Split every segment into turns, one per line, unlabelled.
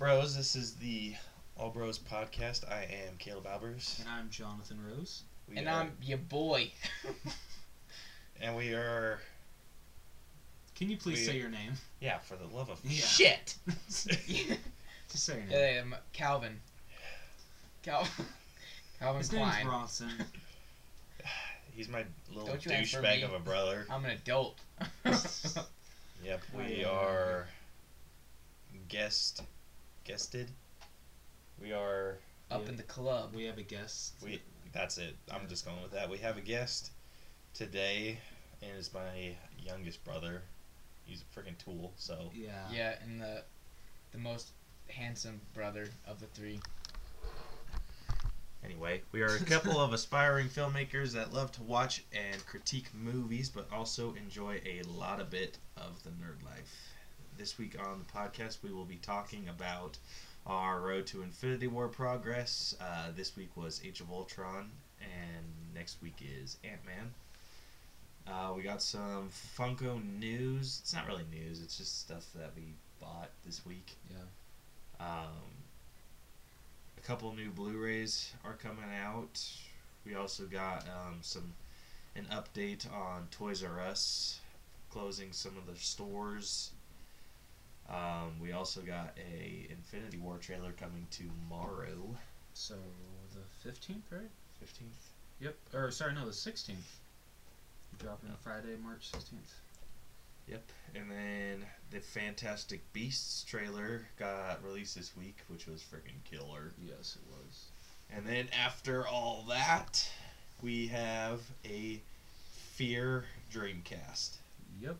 This is the All Bros podcast. I am Caleb Albers.
And I'm Jonathan Rose.
We
and
are-
I'm your boy.
and we are
Can you please
We-
say your name?
yeah for the love of
Yeah.
Shit.
Just say your name.
um, Calvin. Calvin. Calvin
His name's
Klein.
Bronson.
he's my little
Don't you ask for
douchebag
me.
of a brother.
I'm an adult.
Yep, we
yeah.
are guest guested. We are
Up in the club.
We have a guest.
we that's it. I'm just going with that. We have a guest today and it's my youngest brother. He's a freaking tool, so
Yeah.
Yeah, and the the most handsome brother of the three.
Anyway, we are a couple of aspiring filmmakers that love to watch and critique movies, but also enjoy a lot of bit of the nerd life. This week on the podcast, we will be talking about our Road to Infinity War progress. Uh, this week was Age of Ultron, and next week is Ant Man. Uh, we got some Funko news. It's not really news, it's just stuff that we bought this week.
Yeah.
Um, a couple new Blu-rays are coming out. We also got um, some an update on Toys R Us closing some of their stores. Um, we also got a Infinity War trailer coming tomorrow,
So the 15th, right?
fifteenth.
Yep. Or sorry, no, the 16th. Dropping
Yeah.
Friday, March 16th.
Yep. And then the Fantastic Beasts trailer got released this week, which was freaking killer.
Yes, it was.
And then after all that, we have a Fear Dreamcast,
Yep.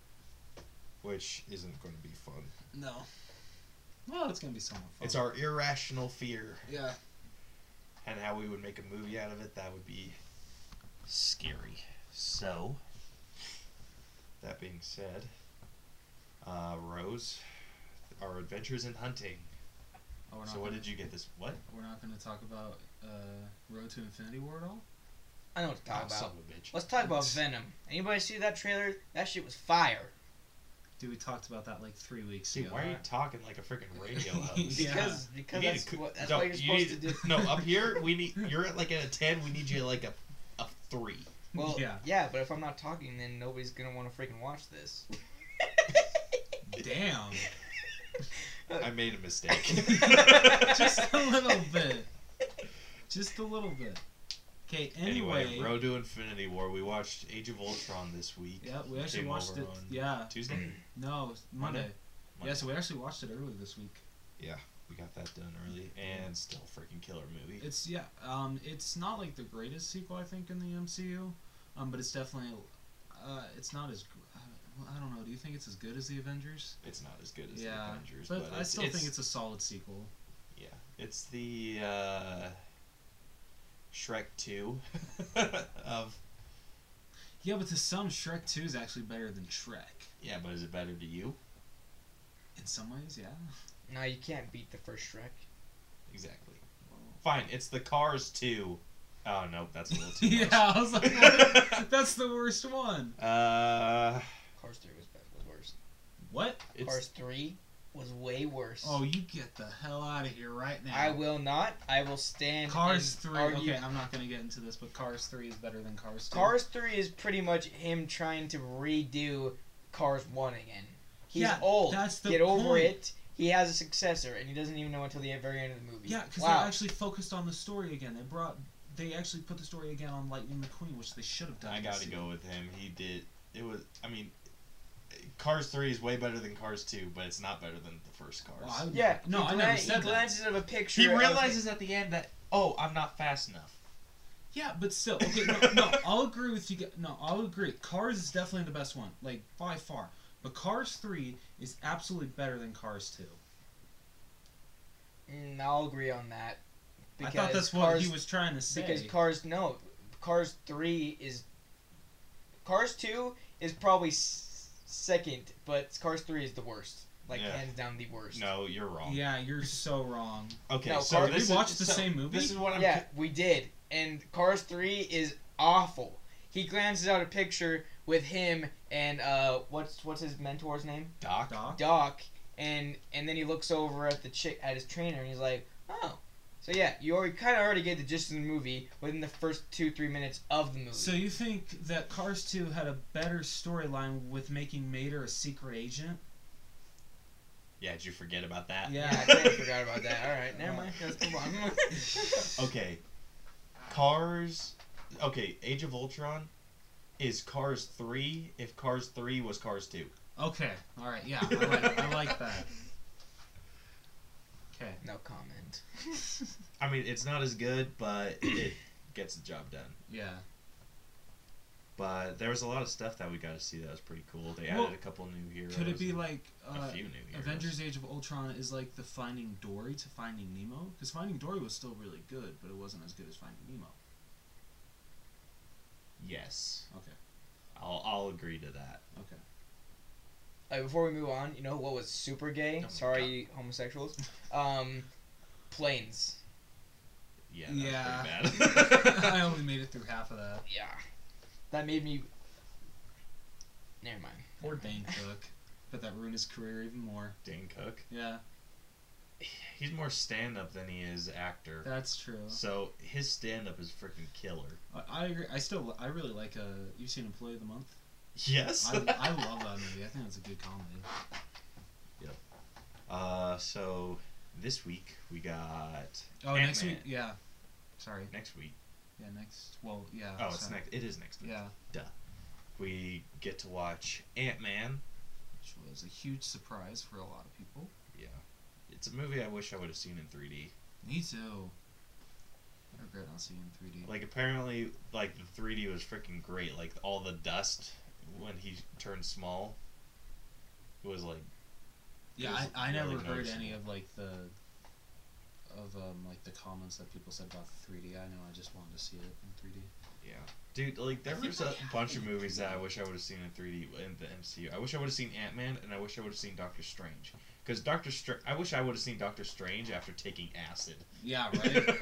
which isn't going to be fun.
No. Well, it's gonna be somewhat fun.
Oh.
It's our irrational fear
Yeah.
and how we would make a movie out of it. That would be scary. So, that being said, uh, Rose, our adventures in hunting.
Oh, we're not
So, what
gonna,
did you get this? What?
We're not gonna talk about uh, Road to Infinity War at all.
I know what to talk
Oh,
about.
son of a bitch.
Let's talk about Venom. Anybody see that trailer? That shit was fire.
Dude, we talked about that like three weeks
Dude,
ago.
why are you talking like a freaking radio host?
Yeah.
Because because
You need
that's
to coo-
what that's
no,
what you're
you
supposed to
need-
do.
No, up here we need. You're at like at a ten. We need you like a, a three.
Well,
Yeah.
but if I'm not talking, then nobody's gonna want to freaking watch this.
Damn.
I made a mistake.
Just a little bit. Just a little bit. Okay. Anyway.
anyway, Road to Infinity War. We watched Age of Ultron this week.
Yeah, we actually
Came
watched
over
it.
on
Yeah.
Tuesday.
No, it's Monday.
Monday?
Yeah, so we actually watched it earlier this week.
we got that done early, and still freaking killer movie.
It's yeah. Um, it's not like the greatest sequel I think in the MCU, um, but it's definitely, uh, it's not as. gr- I don't- well, I don't know. Do you think it's as good as the Avengers?
It's not as good as
yeah,
the Avengers,
but,
but,
I still think it's a solid sequel.
yeah, it's the uh, Shrek two of
Yeah, but to some, Shrek Two is actually better than Shrek.
yeah. But is it better to you?
In some ways, yeah.
No, you can't beat the first Shrek.
Exactly. Fine, it's the Cars 2. Oh, no, that's a little too
yeah,
much.
I was like, what? that's the worst one.
Uh,
Cars three was bad, was worse.
What?
it's,
Cars three was way worse.
Oh, you get the hell out of here right now.
I will not. I will stand.
Cars
and
three.
argue-
Okay, I'm not gonna get into this, but Cars three is better than Cars two.
Cars three is pretty much him trying to redo Cars one again. He's
Yeah,
old.
that's the
Get over
point.
it. He has a successor, and he doesn't even know until the very end of the movie.
Yeah, because
wow.
they actually focused on the story again. They brought, they actually put the story again on Lightning McQueen, which they should have done.
I
this
gotta
season.
go with him. He did. It was. I mean, Cars 3 is way better than Cars 2, but it's not better than the first Cars.
Well, I would-
yeah.
No,
he
I
glan-
never
He
said that.
glances at a picture.
he
of-
realizes at the end that, oh, I'm not fast enough.
Yeah, but still, okay. No, no, I'll agree with you. g- No, I'll agree. Cars is definitely the best one, like by far. But Cars three is absolutely better than Cars two.
Mm, I'll agree on that.
I thought that's what
Cars
he was trying to say.
Because Cars no, Cars three is Cars two is probably s- second, but Cars three is the worst. Like
Yeah.
hands down the worst.
No, you're wrong.
yeah, you're so wrong.
Okay,
No,
so
Cars-
this
We
is-
watched the
so
same movie?
This is what I'm.
Yeah, we did, and Cars three is awful. He glances out a picture with him and uh, what's what's his mentor's name?
Doc.
Doc.
Doc, and and then he looks over at the chick at his trainer and he's like, oh. So yeah, you already kind of already get the gist of the movie within the first two three minutes of the movie.
So you think that Cars 2 had a better storyline with making Mater a secret agent?
Yeah, did you forget about that?
Yeah,
yeah, I totally forgot about that. All right, never mind. Let's move on.
Okay. Cars. Okay, Age of Ultron is Cars 3 if Cars 3 was Cars 2.
Okay. All right. Yeah, I like, I like that. Okay.
no comment.
I mean, it's not as good, but it gets the job done.
Yeah.
But there was a lot of stuff that we got to see that was pretty cool. They added
Well,
a couple new heroes.
Could it be
and
like
a
uh,
few new heroes.
Avengers: Age of Ultron is like the Finding Dory to Finding Nemo? Because Finding Dory was still really good, but it wasn't as good as Finding Nemo.
Yes,
Okay.
I'll I'll agree to that.
Okay.
Like before we move on, you know what was super gay?
Oh my
Sorry, homosexuals. Um, planes.
Yeah. That's Pretty bad.
I only made it through half of that.
Yeah, that made me. Never mind.
Poor Dane Cook. But that ruined his career even more.
Dane Cook.
Yeah,
He's more stand up than he is actor.
that's true.
So his stand up is freaking killer.
I, I agree. I still I really like uh you've seen Employee of the Month.
Yes.
I, I love that movie. I think it's a good comedy.
uh, so this week we got
Oh, next week.
Ant-Man.
Yeah. Sorry.
next week.
Yeah, next. Well, yeah.
Oh, it's
sorry.
next. It is next week.
Yeah,
We get to watch Ant Man.
which was a huge surprise for a lot of people.
Yeah. It's a movie I wish I would have seen in 3D.
Me too. I regret not seeing it in 3D.
Like apparently, like the 3D was freaking great. Like all the dust when he turned small was like
yeah,
it was
I, I never
really
heard
noticeable.
any of like the of um like the comments that people said about the 3D. I know I just wanted to see it in 3D.
yeah, dude. Like there
I think
was a
I have
bunch
it
of
in
movies that I
3D.
wish I would have seen in 3D in the MCU. I wish I would have seen Ant Man and I wish I would have seen Doctor Strange because Doctor Str- I wish I would have seen Doctor Strange after taking acid.
Yeah, right.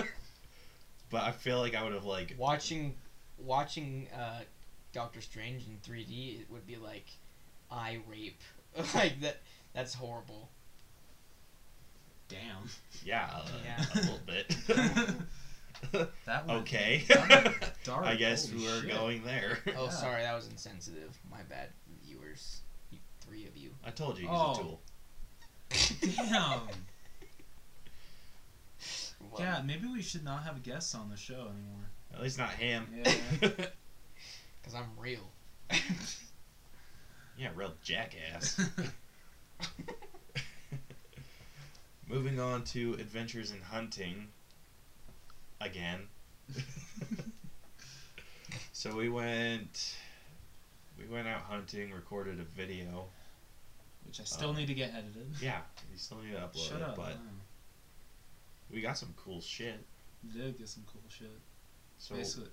but I feel like I would have like
Watching, watching uh, Doctor Strange in 3D it would be like eye rape. like that. That's horrible.
Damn.
yeah, uh,
Yeah.
a little bit.
That went
okay,
dark.
I guess
Holy
we're
shit.
going there.
Oh,
Yeah.
sorry, that was insensitive. My bad, viewers. You, three of you.
I told you he's
Oh.
a tool.
Damn.
Well,
Yeah, maybe we should not have guests on the show anymore.
At least not him.
Yeah.
Because I'm real.
Yeah, real jackass. Moving on to Adventures in Hunting. Again. so we went we went out hunting, recorded a video.
Which I still
Um,
need to get edited.
Yeah, we still need to upload
Shut
it,
up.
but
wow.
we got some cool shit.
Did get some cool shit.
So
Basically,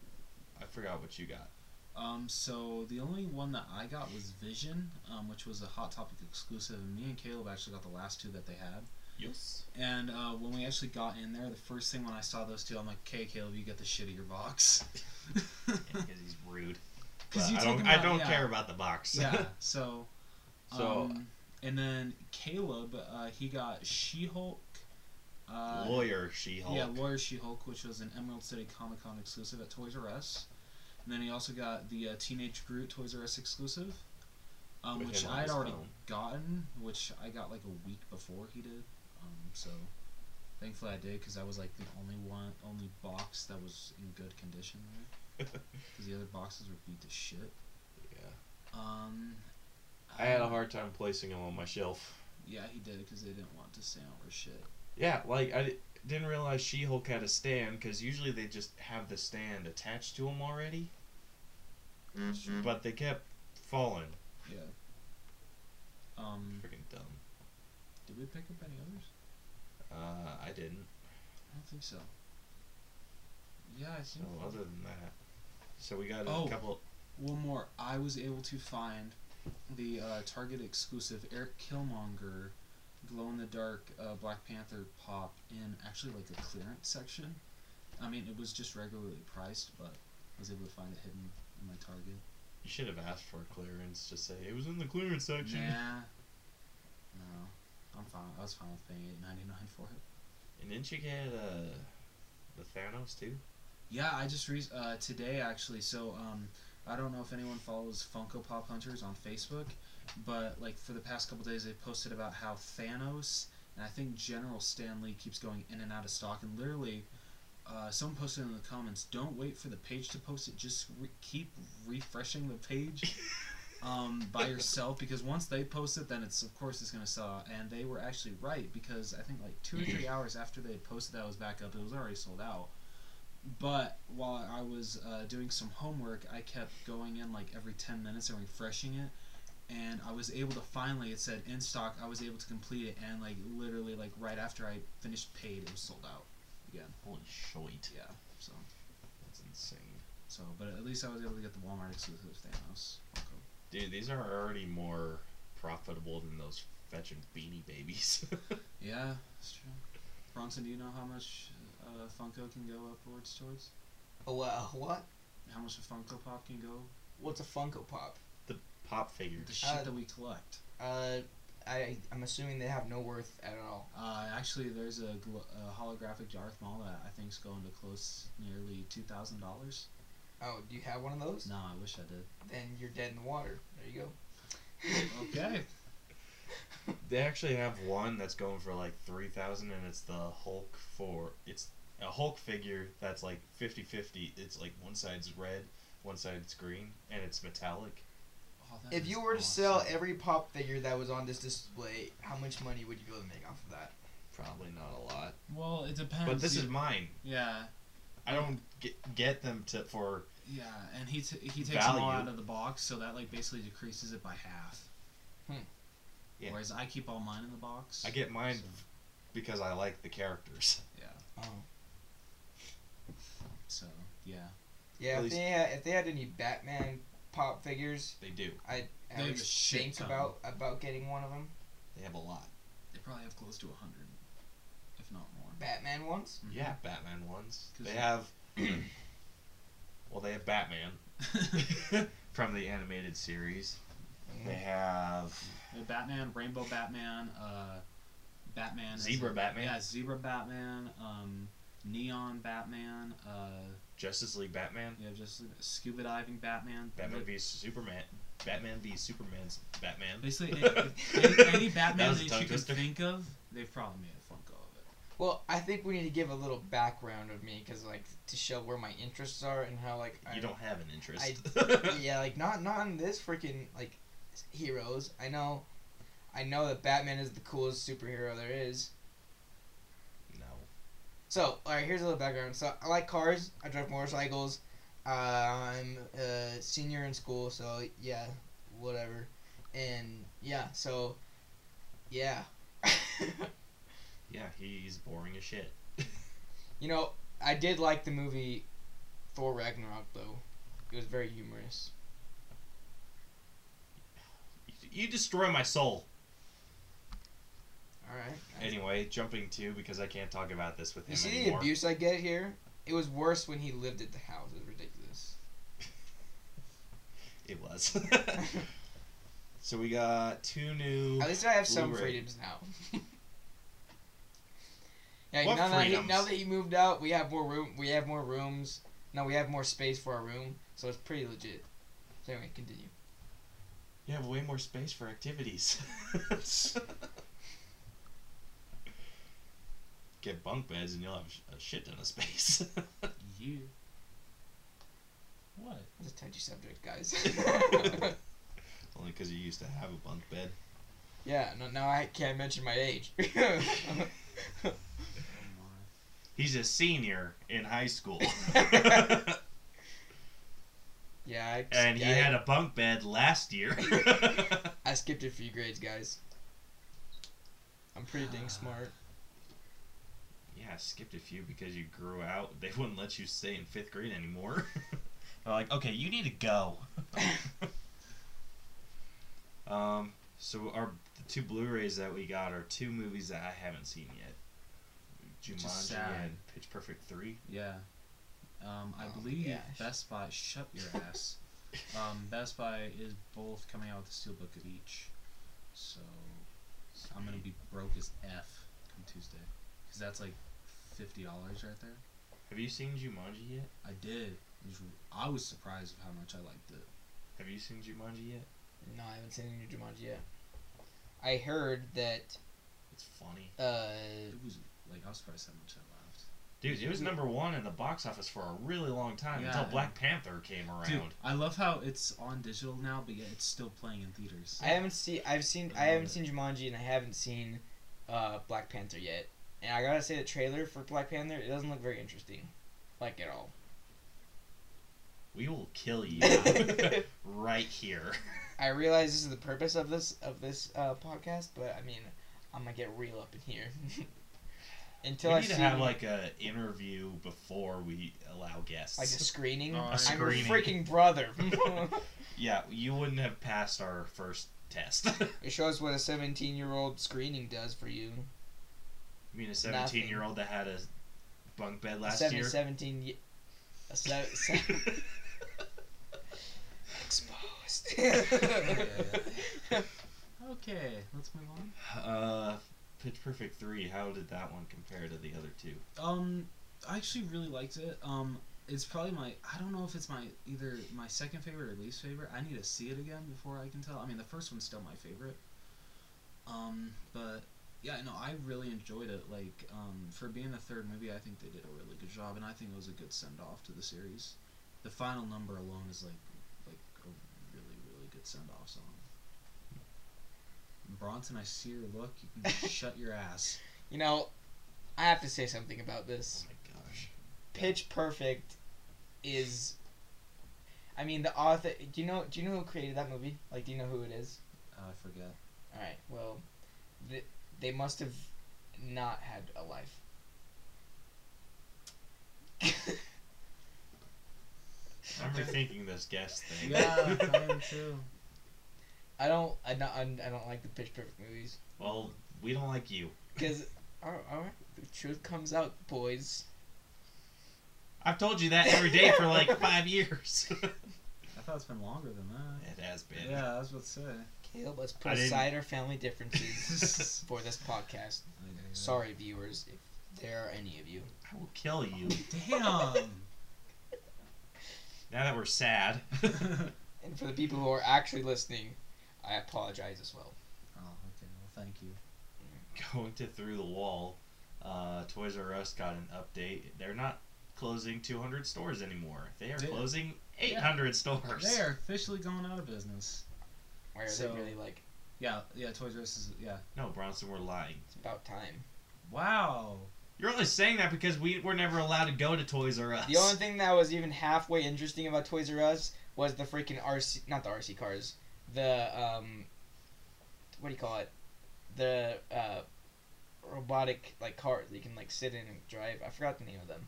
I forgot what you got.
Um, so the only one that I got was Vision, um, which was a Hot Topic exclusive, and me and Caleb actually got the last two that they had.
Yes.
And uh, when we actually got in there, the first thing when I saw those two, I'm like, "Okay, Caleb, you get the shit of your box."
Because he's rude.
Because
But
you
I
take
don't
them
I
out-
don't
yeah.
care about the box.
yeah. So.
So-
um, and then Caleb, uh, he got She-Hulk. Uh,
Lawyer She Hulk.
Yeah, Lawyer She Hulk, which was an Emerald City Comic Con exclusive at Toys R Us. And then he also got the uh, Teenage Groot Toys R Us exclusive, um,
With
which
him on
I had
his
already
phone.
gotten, which I got like a week before he did. Um, so thankfully I did because I was like the only one, only box that was in good condition there. Because the other boxes were beat to shit.
yeah.
Um,
I had a hard time placing him on my shelf.
Yeah, he did because they didn't want to stand over shit.
Yeah, like I di- didn't realize She Hulk had a stand because usually they just have the stand attached to him already, but they kept falling.
Yeah. Um,
Freaking dumb.
did we pick up any others?
Uh, I didn't.
I don't think so. Yeah, I
So
think
Oh, other than that, so we got a
Oh.
couple.
one more. I was able to find the uh, Target exclusive Eric Killmonger glow in the dark uh, Black Panther pop in actually like a clearance section. I mean, it was just regularly priced, but I was able to find it hidden in my Target.
You should have asked for clearance. Just say it was in the clearance section.
Nah. No. I'm fine. I was fine with paying eight ninety nine for it.
And didn't you get uh, the Thanos too?
Yeah, I just re- uh, today actually. So um, I don't know if anyone follows Funko Pop Hunters on Facebook, but like for the past couple days, they posted about how Thanos and I think General Stanley keeps going in and out of stock. And literally, uh, someone posted in the comments, "Don't wait for the page to post it. Just re- keep refreshing the page." Um, by yourself because once they post it, then it's of course it's gonna sell. out. And they were actually right because I think like two or three hours after they had posted that it was back up, it was already sold out. But while I was uh, doing some homework, I kept going in like every 10 minutes and refreshing it. And I was able to finally, it said in stock, I was able to complete it. And like literally, like right after I finished paid, it was sold out.
Holy shit.
Yeah. So,
That's insane.
so, but at least I was able to get the Walmart exclusive Thanos. Funko.
Dude, these are already more profitable than those fetching beanie babies.
Yeah, that's true. Bronson, do you know how much uh, Funko can go upwards towards?
Oh wow, what?
How much a Funko Pop can go?
What's a Funko Pop?
the pop
The
figures.
shit
Uh,
that we collect.
Uh, I I'm assuming they have no worth at all.
Uh, actually, there's a, gl- a holographic Darth Maul that I think's going to close nearly two thousand dollars.
Oh, do you have one of those?
No, I wish I did.
Then you're dead in the water. There you go.
Okay.
They actually have one that's going for like three thousand, and it's the Hulk for it's a Hulk figure that's like 50-50. It's like one side's red, one side's green, and it's metallic.
Oh, that
If
is
you were to sell
awesome.
every pop figure that was on this display, how much money would you be able to make off of that?
Probably not a lot,
well, it depends.
but this
You-
is mine.
yeah,
I don't get get them to for
yeah, and he t- he takes them all
Value.
out of the box, so that like basically decreases it by half.
Hmm.
Yeah.
Whereas I keep all mine in the box.
I get mine
so-
because I like the characters.
Yeah.
Oh.
So yeah,
Yeah,
At
if
least-
they had, if they had any Batman pop figures,
They do.
I
They
would
have a shit
think
ton.
about about getting one of them.
They have a lot.
they probably have close to a hundred, if not more.
Batman ones.
Mhm.
Yeah, Batman ones.
'Cause
They
you-
have. well, they have Batman from the animated series. They
Mm.
have
The Batman, Rainbow Batman, uh, Batman, as
Zebra
a-
Batman?
yeah, Zebra Batman, um, Neon Batman, uh,
Justice League Batman,
yeah, just scuba diving Batman,
Batman
Like,
v Superman, Batman v Superman's Batman.
basically any, any, any
That
Batman
was a
that,
tongue
you can
twister.
think of, they've probably made a Funko of it.
Well, I think we need to give a little background of me, cause like to show where my interests are and how like I,
You don't have an interest.
yeah, like not not in this freaking like s- heroes. I know, I know that Batman is the coolest superhero there is.
no.
So, all right, here's a little background. So, I like cars. I drive motorcycles. Uh, I'm a senior in school, so yeah, whatever. And yeah, so yeah,
Yeah, he's boring as shit.
you know, I did like the movie Thor Ragnarok though. It was very humorous.
You destroy my soul.
All right.
Anyway, jumping to because I can't talk about this with him
You see the
anymore.
abuse I get here? It was worse when he lived at the house. It was ridiculous.
It was. so we got two new.
At least I have some
Blu-ray.
freedoms now. yeah,
What
now that, he,
freedoms?
now that he moved out, we have more room. We have more rooms. No, we have more space for our room, so it's pretty legit. So anyway, continue.
You have way more space for activities. Get bunk beds and you'll have sh- a shit ton of space.
You. What?
That's a touchy subject, guys.
Only because you used to have a bunk bed.
yeah, no, now I can't mention my age.
Oh my.
He's a senior in high school.
yeah, I,
and he
I-
had a bunk bed last year.
I skipped a few grades, guys. I'm pretty dang smart.
yeah, I skipped a few because you grew out. They wouldn't let you stay in fifth grade anymore. They're like, okay, you need to go. um, so our the two Blu-rays that we got are two movies that I haven't seen yet.
is
Jumanji
sad.
and Pitch Perfect Three.
Yeah. Um, I
Oh,
believe
gosh.
Best Buy. Shut your ass. um, Best Buy is both coming out with a steelbook of each. So I'm gonna be broke as f come Tuesday, cause that's like fifty dollars right there.
Have you seen Jumanji yet?
I did. It was- I was surprised of how much I liked it.
Have you seen Jumanji yet?
No, I haven't seen any Jumanji yet. I heard that
It's funny.
uh,
It was like I was surprised how much I laughed.
Dude, it was number one in the box office for a really long time
Yeah.
until Black Panther came around.
Dude, I love how it's on digital now, but yet it's still playing in theaters.
I haven't seen. I've seen. I
Um,
haven't seen Jumanji, and I haven't seen uh, Black Panther yet. And I gotta say, the trailer for Black Panther it doesn't look very interesting, like at all.
We will kill you right here.
I realize this is the purpose of this of this uh, podcast, but I mean, I'm gonna get real up in here until
we
I
need
see
to have like a interview before we allow guests.
like a screening.
A
I'm
screening.
your freaking brother.
yeah, you wouldn't have passed our first test. I
it shows what a 17 year old screening does for you.
mean, a
Nothing.
seventeen-year-old that had a bunk bed
A
last
seven,
year.
17. ye- a se- se- exposed.
Okay, let's move on.
uh, Pitch Perfect three. How did that one compare to the other two?
Um, I actually really liked it. Um, it's probably my I don't know if it's my either my second favorite or least favorite. I need to see it again before I can tell. I mean, the first one's still my favorite. Um, but yeah, no, I really enjoyed it. Like, um, for being the third movie, I think they did a really good job, and I think it was a good send off to the series. The final number alone is like like a really really good send off song. Bronson, I see your look. You can shut your ass.
You know, I have to say something about this.
Oh my gosh.
Pitch Perfect is I mean the author do you know do you know who created that movie? Like do you know who it is?
Uh, I forget.
All right. Well, th- they must have not had a life.
I'm rethinking this guest thing.
Yeah, I am too.
I don't I don't I don't like the Pitch Perfect movies
well, we don't like you.
cuz all right, the truth comes out, boys.
I've told you that every day for like five years.
I thought it's been longer than that.
it has been.
Yeah, I was about to say.
Caleb, let's put
I didn't-
aside our family differences for this podcast. Sorry viewers if there are any of you.
I will kill you.
Damn. Oh,
Now that we're sad.
And for the people who are actually listening, I apologize as well.
Oh, okay. Well, thank you.
going to through the wall. Uh, Toys R Us got an update. They're not closing 200 stores anymore. They are
They-
closing 800 stores.
They are officially going out of business.
Why are
So-
they really like,
Yeah, yeah. Toys R Us is yeah.
No, Bronson, we're lying.
it's about time?
Wow.
You're only saying that because we were never allowed to go to Toys R Us.
The only thing that was even halfway interesting about Toys R Us was the freaking RC, not the RC cars, the, um, what do you call it? The, uh, robotic, like, car that you can, like, sit in and drive. I forgot the name of them.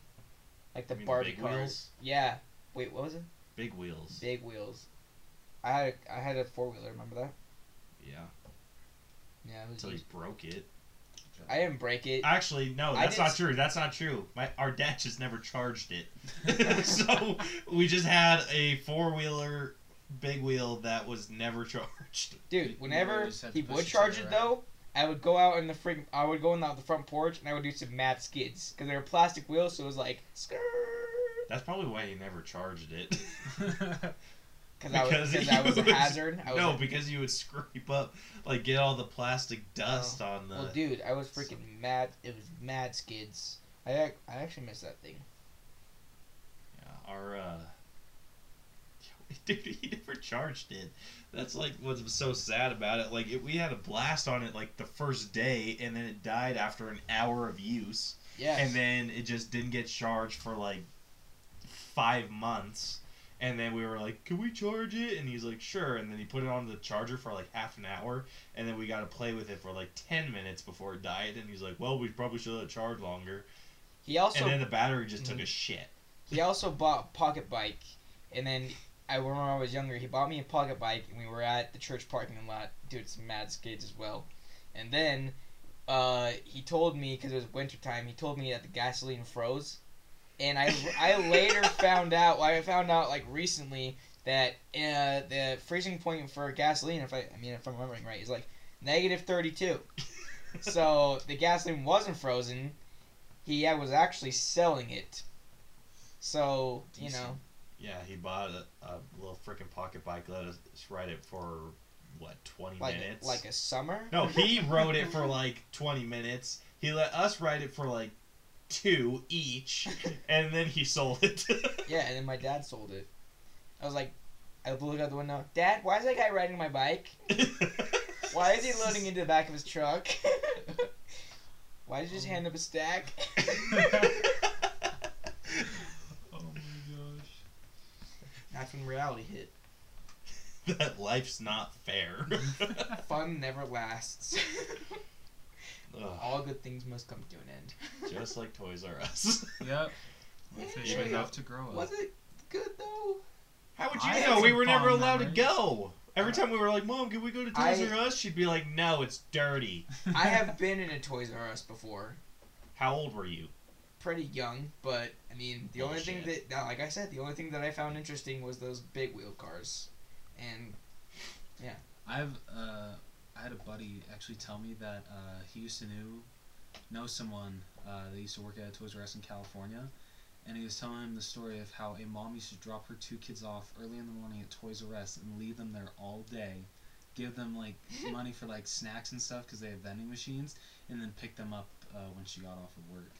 Like the
You mean the
Barbie
big
cars.
wheels?
Yeah. Wait, what was it?
Big wheels.
Big wheels. I had a, I had a four wheeler, remember that?
Yeah.
Yeah, it was.
Until he broke it.
I didn't break it.
Actually, no,
I
that's
didn't
not
s-
true. That's not true. My our dad just never charged it. so we just had a four wheeler big wheel that was never charged.
You-
Dude,
you
whenever
just have to
he
push
would
the
charge
chair out.
it though, I would go out in the freak. I would go in the, the front porch and I would do some mad skids because they were plastic wheels, so it was like skirt.
That's probably why he never charged it.
Oh
Cause I was,
Because
because
it
I was a
was-
hazard. I was
no,
a-
because you would scrape up, like get all the plastic dust on the.
Oh. well, dude, I was freaking mad. It was mad skids. I ac- I actually missed that thing.
Yeah, our uh, dude, he never charged it. That's like what's so sad about it. Like it, we had a blast on it like the first day, and then it died after an hour of use,
Yeah.
and then it just didn't get charged for like five months. And then we were like, "Can we charge it?" And he's like, "Sure." And then he put it on the charger for like half an hour, and then we got to play with it for like ten minutes before it died. And he's like, "Well, we probably should have charged longer."
he also
and then the battery just took
Mhm.
a shit.
he also bought a pocket bike, and then I remember when I was younger, he bought me a pocket bike, and we were at the church parking lot doing some mad skids as well. And then uh, he told me because it was wintertime, he told me that the gasoline froze, and I I later found out. Well, I found out like recently that uh, the freezing point for gasoline, if I I mean if I'm remembering right, is like negative 32. so the gasoline wasn't frozen. He yeah, was actually selling it. So, you
Decent.
know,
Yeah, he bought a, a little freaking pocket bike, let us ride it for, what, 20
like
minutes?
like a summer?
No, he rode it for like 20 minutes. He let us ride it for like two each, and then he sold it.
Yeah, and then my dad sold it. I was like, I looked out the window. Dad, why is that guy riding my bike? Why is he loading into the back of his truck? why did you just hand up a stack?
Oh my gosh.
That's when reality hit.
that life's not fair.
Fun never lasts.
Ugh,
All good things must come to an end.
just like Toys R Us.
Yep.
Yeah.
Fish would have to grow up.
Was it good though?
How would you
I had
know? We
some
were never
fond
allowed
memories. Uh,
to go. Every time we were like, "Mom, can we go to Toys
I-
R Us?" She'd be like, "No, it's dirty."
I have been in a Toys R Us before.
How old were you?
Pretty young, but I mean, the only thing
Bullshit.
that, now, like I said, the only thing that I found interesting was those big wheel cars. And
I've uh, I had a buddy actually tell me that uh, he used to knew know someone uh, that used to work at Toys R Us in California, and he was telling him the story of how a mom used to drop her two kids off early in the morning at Toys R Us and leave them there all day, give them like money for like snacks and stuff because they have vending machines, and then pick them up uh, when she got off of work.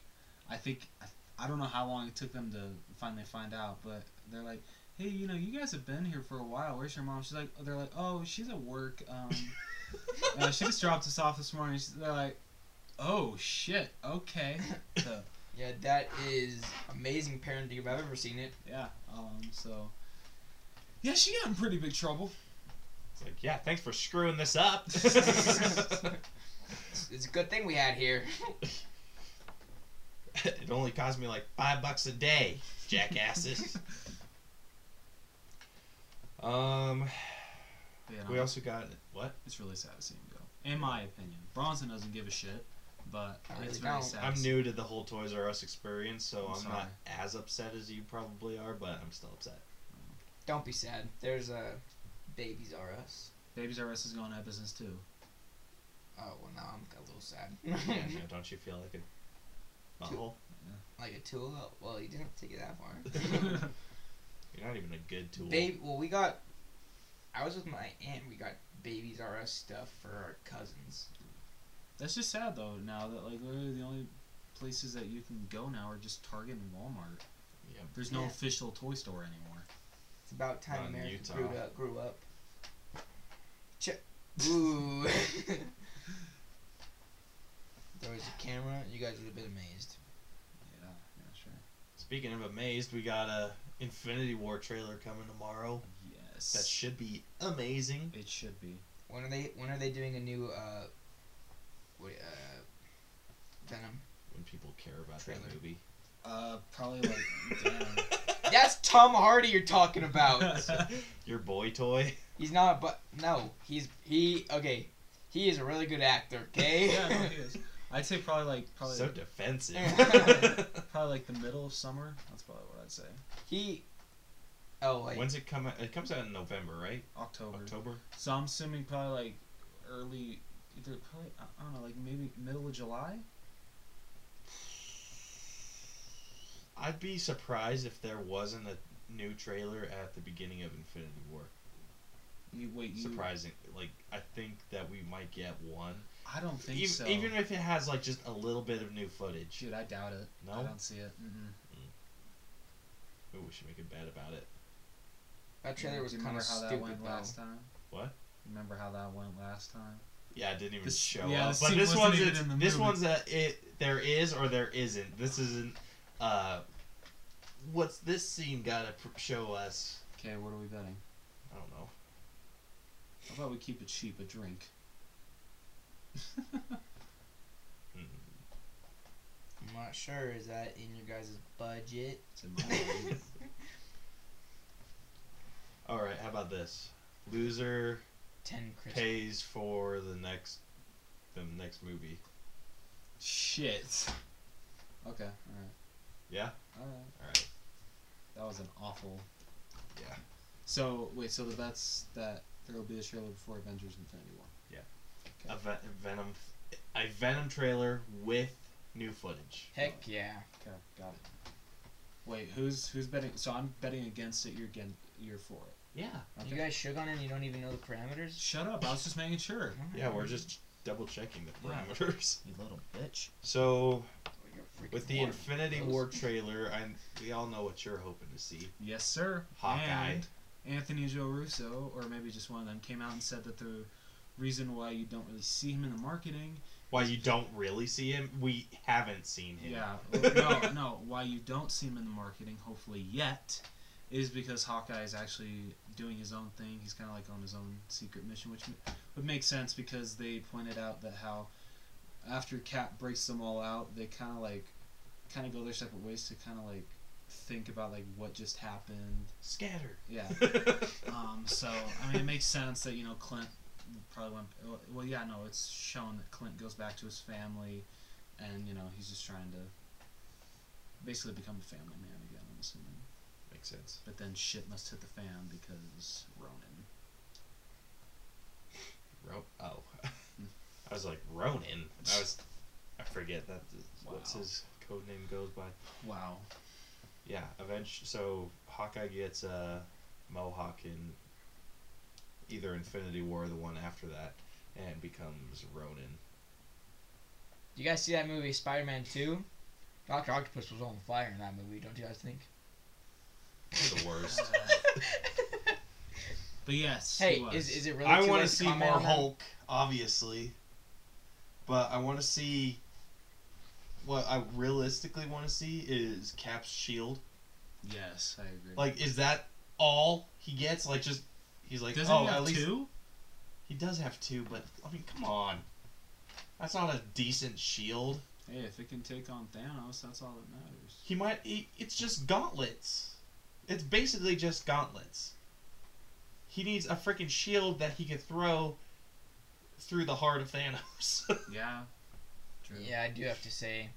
I think I, I don't know how long it took them to finally find out, but they're like hey, you know, you guys have been here for a while. Where's your mom? She's like, they're like, oh, she's at work. Um, uh, she just dropped us off this morning. She's, they're like, oh shit, okay. So,
yeah, that is amazing parenting if I've ever seen it.
yeah. Um. So. Yeah, she got in pretty big trouble.
It's like, yeah, thanks for screwing this up.
It's a good thing we had here.
it only cost me like five bucks a day, jackasses. um,
Yeah,
we also got what?
it's really sad to see him go. In my opinion, Bronson doesn't give a shit, but
I
it's
really
very
don't.
sad. to
I'm
see.
new to the whole Toys R Us experience, so
I'm
I'm, not
sorry.
as upset as you probably are, but I'm still upset.
Don't be sad. There's a Babies R Us.
Babies R Us is going out of business too.
Oh, well, now I'm a little sad.
Yeah, no, don't you feel like a butthole?
like a tool. Well, you didn't have to take it that far.
You're not even a good tool.
Babe, well, we got. I was with my aunt. We got Babies R Us stuff for our cousins.
That's just sad though. Now that like literally the only places that you can go now are just Target and Walmart.
Yeah,
There's no
Yeah.
official toy store anymore.
It's about time
Not in
America
Utah.
grew up. Grew up. Ch- Ooh. there was a camera. You guys would have been amazed.
Yeah, yeah, sure.
Speaking of amazed, we got a Infinity War trailer coming tomorrow.
Yes.
That should be amazing.
it should be.
When are they? When are they doing a new? Uh, wait, uh, Venom.
When people care about
Trailer.
that movie,
Uh, probably like damn.
That's Tom Hardy you're talking about.
your boy toy.
He's not, but no, he's he. Okay, he is a really good actor. Okay.
yeah, no, it is. I'd say probably like probably
so defensive.
probably like the middle of summer. That's probably what I'd say.
He. Oh wait.
When's it come out? It comes out in November, right?
October.
October.
So I'm assuming probably like early, either probably I I don't know, like maybe middle of July.
I'd be surprised if there wasn't a new trailer at the beginning of Infinity War.
You wait. You,
Surprising. Like I think that we might get one.
I don't think
Even,
so.
even if it has like just a little bit of new footage.
Shoot, I doubt it. I
No?
don't see it. Mm-mm.
Ooh, we should make a bet about it.
That trailer was
Do you
kind
remember
of
how
stupid
that went
though.
last time?
What?
Remember how that went last time?
Yeah, it didn't even
This-
show
yeah,
up.
this
But
scene
this
wasn't
one's
even
it's-
in the
this
movie.
one's a it there is or there isn't. This isn't uh what's this scene gotta pr- show us?
Okay, what are we betting?
I don't know.
How about we keep it cheap, a drink?
Mm.
I'm not sure. Is that in your guys' budget?
It's in my opinion.
All right, how about this? Loser
Ten Christmas.
pays for the next the next movie.
Shit. Okay, alright.
Yeah?
Alright.
All right.
That was an awful.
Yeah.
So, wait, so that's that there will be a trailer before Avengers Infinity War?
Yeah. a Ve- Venom, a Venom trailer with new footage.
Heck yeah.
Okay, got it. Wait, who's who's betting? So I'm betting against it. You're again. You're for it.
Yeah.
Okay.
You guys shook on it and you don't even know the parameters?
Shut up! I was just making sure.
Yeah, we're just double checking the parameters.
You little bitch.
So
You're freaking
with the
warm.
Infinity War trailer, I we all know what you're hoping to see.
Yes, sir.
Hawkeye.
And Anthony Joe Russo, or maybe just one of them, came out and said that the reason why you don't really see him in the marketing
Why you don't really see him? We haven't seen him.
Yeah. well, no, no. Why you don't see him in the marketing, hopefully yet, is because Hawkeye is actually doing his own thing. He's kind of like on his own secret mission, which m- would make sense because they pointed out that how after Cap breaks them all out, they kind of like kind of go their separate ways to kind of like think about like what just happened.
Scatter.
Yeah. Um, so I mean, it makes sense that you know Clint probably went. Well, yeah, no, it's shown that Clint goes back to his family, and you know he's just trying to basically become a family man again. I'm assuming,
Makes sense.
but then shit must hit the fan because Ronan.
Ro- oh,
Hmm.
I was like Ronin. I was. I forget that. What's
Wow.
his code name goes by?
Wow.
Yeah. Eventually, so Hawkeye gets a mohawk in either Infinity War, or the one after that, and becomes Ronin.
You guys see that movie Spider Man 2? Dr. Octopus was on fire in that movie, don't you guys think?
The worst.
but yes. he
Hey,
was.
is, is it really
I
too
want to
late to
see
comment
more
on that?
Hulk, obviously, but I want to see. What I realistically want to see is Cap's shield.
Yes, I agree.
Like, is that all he gets? Like, just he's like,
doesn't
oh,
he have
at least
two?
he does have two, but I mean, come on, that's not a decent shield.
Hey, if it can take on Thanos, that's all that matters.
He might. He, it's just gauntlets. It's basically just gauntlets. He needs a freaking shield that he can throw through the heart of Thanos.
Yeah. True.
Yeah, I do have to say,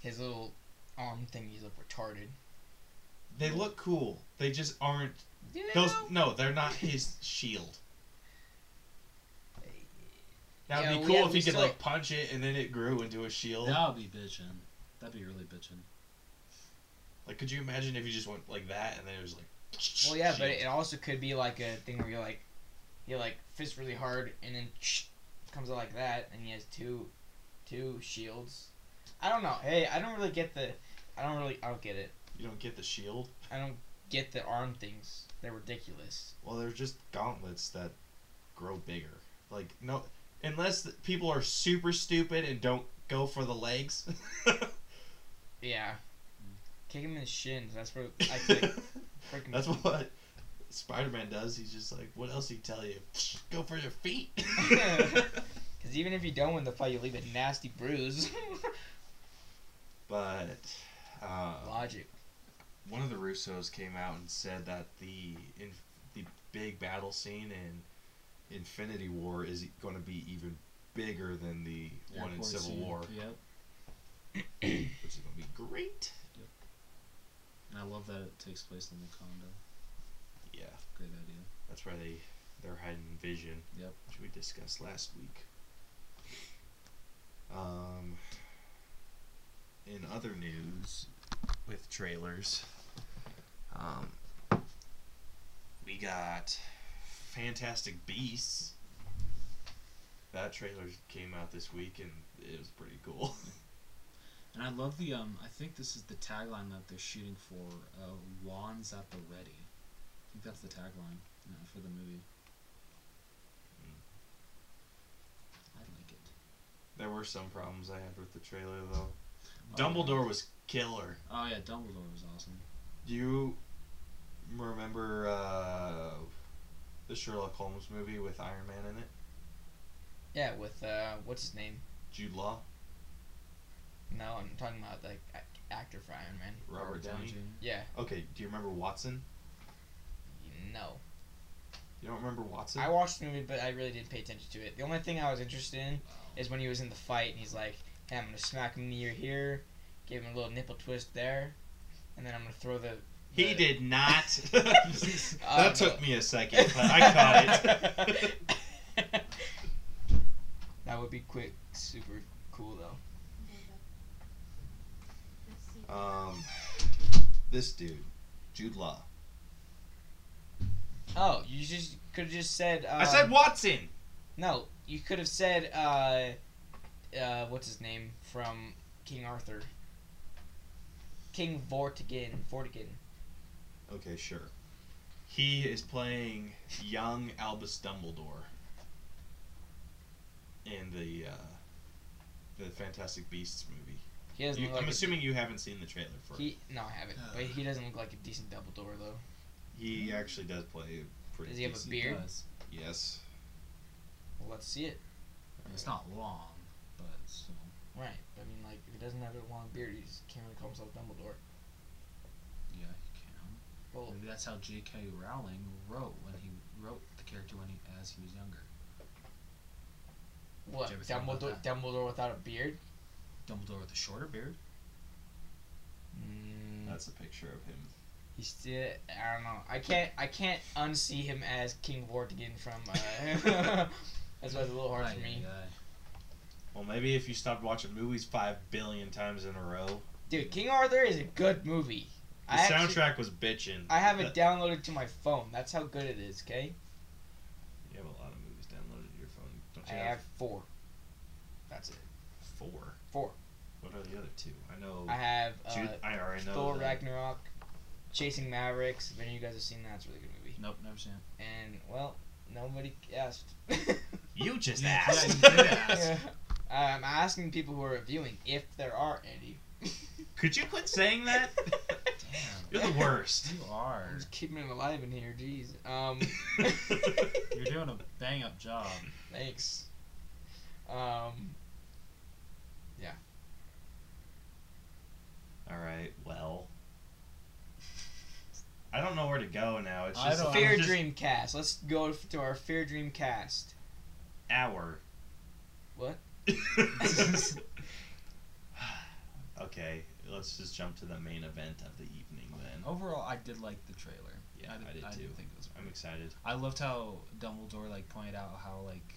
his little arm thingies look retarded.
they look cool. They just aren't.
You
Those
know?
no, they're not his shield. That would
Yeah,
be
we-
cool
yeah,
if
we
he could
still-
like punch it and then it grew into a shield.
That would be bitching. That'd be really bitching.
Like, could you imagine if you just went like that and then it was like.
Well, yeah, but
shield?
it also could be like a thing where you like, you like fist really hard and then comes out like that, and he has two, two shields. I don't know. Hey, I don't really get the, I don't really, I don't get it.
you don't get the shield.
I don't get the arm things. They're ridiculous.
Well, they're just gauntlets that grow bigger. Like no, unless th- people are super stupid and don't go for the legs.
Yeah. Kick him in the shins. That's what I think. Freaking.
That's what Spider-Man does. He's just like, what else he tell you? Go for your feet.
Because even if you don't win the fight, you leave a nasty bruise.
but uh,
Logic.
one of the Russos came out and said that the in, the big battle scene in Infinity War is going to be even bigger than the one in
Airport
Civil
scene.
War,
Yep.
which is going to be great.
And I love that it takes place in Wakanda.
Yeah,
Great idea.
that's why they they're hiding Vision.
Yep.
which we discussed last week. Um, in other news, with trailers, um, we got Fantastic Beasts. That trailer came out this week and it was pretty cool.
And I love the um. I think this is the tagline that they're shooting for. Uh, Wands at the ready. I think that's the tagline uh, for the movie.
Hmm.
I like it.
There were some problems I had with the trailer though. Dumbledore was killer.
Oh yeah, Dumbledore was awesome.
Do you remember uh, the Sherlock Holmes movie with Iron Man in it?
Yeah, with uh, what's his name?
Jude Law,
No, I'm talking about like a- actor for Iron Man.
Robert Downey.
Jr.
Yeah.
Okay, do you remember Watson?
No.
You don't remember Watson?
I watched the movie, but I really didn't pay attention to it. The only thing I was interested in is when he was in the fight and he's like, hey, I'm going to smack him near here, give him a little nipple twist there, and then I'm going to throw the.
he
the-
did not. that
Uh,
took
no.
me a second, but I caught it.
That would be quick, super cool though.
Um, this dude, Jude Law.
Oh, you just could have just said. Um,
I said Watson.
no. You could have said uh, uh, what's his name from King Arthur. King Vortigern. Vortigern.
Okay, sure. He is playing young Albus Dumbledore in the uh, the Fantastic Beasts movie.
He doesn't.
You-
look like
I'm
a-
assuming you haven't seen the trailer for it.
He no, I haven't. But he doesn't look like a decent double door though.
He actually does play a pretty.
Does he have a
decent-
Beard?
Does.
Yes.
Well, let's see it.
It's not long, but still.
Right. I mean, like, if he doesn't have a long beard, he just can't really call himself Dumbledore.
Yeah, he can.
Well,
Maybe that's how J.K. Rowling wrote when he wrote the character when he as he was younger.
what?
Did you ever think about
Dumbledore, Dumbledore without a beard?
Dumbledore with a shorter beard.
Mm,
That's a picture of him.
he's still. I don't know. I can't. I can't unsee him as King Vortigern from. Uh, that's why it's a little hard for
Aye,
me.
aye, aye.
Well, maybe if you stopped watching movies five billion times in a row,
Dude, King Arthur is a good movie.
the
I actually-
soundtrack was bitching.
I have it downloaded to my phone. That's how good it is. Okay.
You have a lot of movies downloaded to your phone. Don't
I
you
have four. That's it.
four?
Four.
What are the other two? I know.
I have. Uh,
Jude, I already know.
Thor
the-
Ragnarok, Chasing Mavericks. If any of you guys have seen that, it's a really good movie.
Nope, never seen it.
And well, nobody asked.
You just
Yeah,
asked.
you did ask.
Yeah. I'm asking people who are reviewing if there are any.
Could you quit saying that?
Damn,
You're the worst.
you are.
I'm just keeping it alive in here. Jeez. Um,
You're doing a bang up job.
thanks. Um,
All right. Well, I don't know where to go now. It's
I
just I'm
don't-
Fear
just
Dream Cast. Let's go f- to our Fear Dream Cast.
hour.
What?
okay. Let's just jump to the main event of the evening then.
Overall, I did like the trailer.
Yeah,
did,
I did too.
think it was.
I'm excited.
I loved how Dumbledore like pointed out how like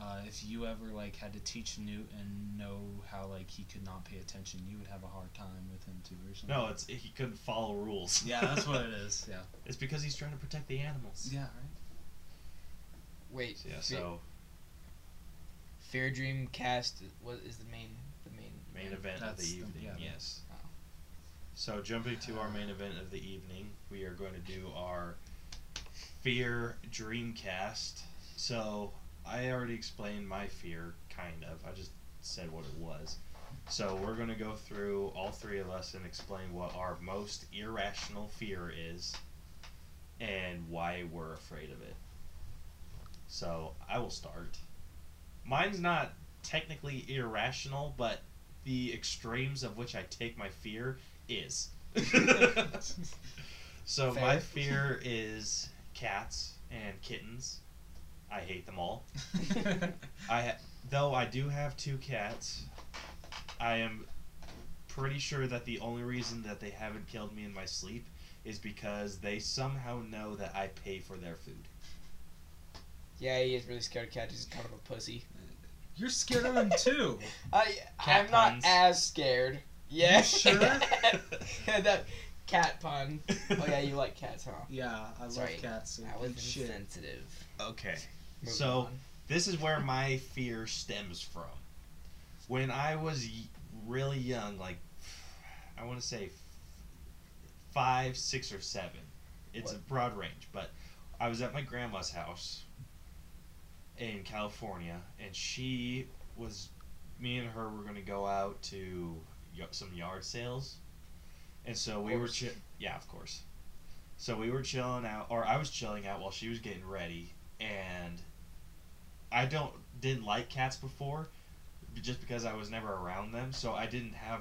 uh, if you ever like had to teach Newt and know how like he could not pay attention, you would have a hard time with him too or something.
No, it's he couldn't follow rules.
Yeah, that's what it is. Yeah.
it's because he's trying to protect the animals.
Yeah. Right.
Wait.
Yeah.
Fe-
So
Fear Dream Cast. What is the main? The main.
main event of the
That's the-
evening.
yeah.
Yes.
Oh.
So jumping to our main event of the evening, we are going to do our fear dreamcast. So I already explained my fear, kind of. I just said what it was. So we're going to go through all three of us and explain what our most irrational fear is and why we're afraid of it. So I will start. Mine's not technically irrational, but the extremes of which I take my fear is. so my
Fair.
fear is cats and kittens. I hate them all. I ha- though I do have two cats. I am pretty sure that the only reason that they haven't killed me in my sleep is because they somehow know that I pay for their food.
Yeah, he is really scared of cats. He's kind of a pussy.
You're scared of him too.
I
Cat
I'm
puns.
not as scared. Yeah.
sure?
that cat pun. Oh yeah, you like cats, huh?
Yeah, I
Sorry,
love cats. So
That was
eat shit.
insensitive.
okay.
Moving
So-
on.
this is where my fear stems from. When I was y- really young, like I want to say f- five, six, or seven. It's a broad range, but I was at my grandma's house in California, and she was. Me and her were gonna go out to y- some yard sales, and so we were.
course.
Chi- yeah, of course. So we were chilling out, or I was chilling out while she was getting ready, and I don't didn't like cats before, b- just because I was never around them, so I didn't have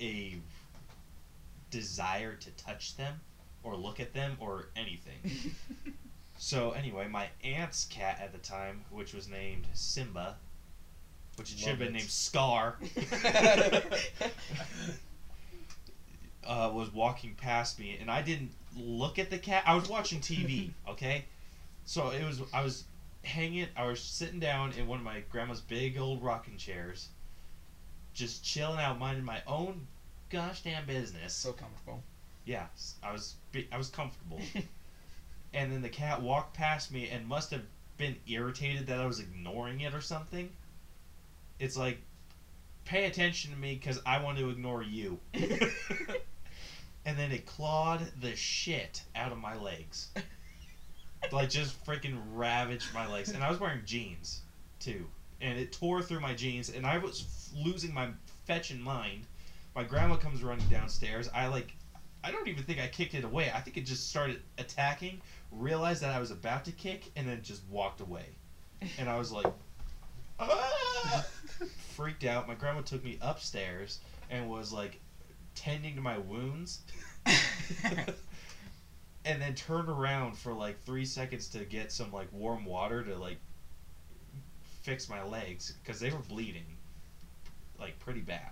a desire to touch them, or look at them, or anything. so anyway, my aunt's cat at the time, which was named Simba, which it should have
Love
been
it.
named Scar. uh, was walking past me, and I didn't look at the cat. I was watching TV, okay? So it was I was hanging. I was sitting down in one of my grandma's big old rocking chairs, just chilling out, minding my own gosh damn business.
So comfortable.
yeah, s- I was be- I was comfortable. and then the cat walked past me and must have been irritated that I was ignoring it or something. It's like, pay attention to me because I want to ignore you. and then it clawed the shit out of my legs. like, just freaking ravaged my legs. And I was wearing jeans, too. And it tore through my jeans, and I was f- losing my fetching mind. My grandma comes running downstairs. I, like, I don't even think I kicked it away. I think it just started attacking, realized that I was about to kick, and then just walked away. And I was like, "Ah!" freaked out. My grandma took me upstairs and was like tending to my wounds, and then turned around for like three seconds to get some like warm water to like fix my legs because they were bleeding like pretty bad.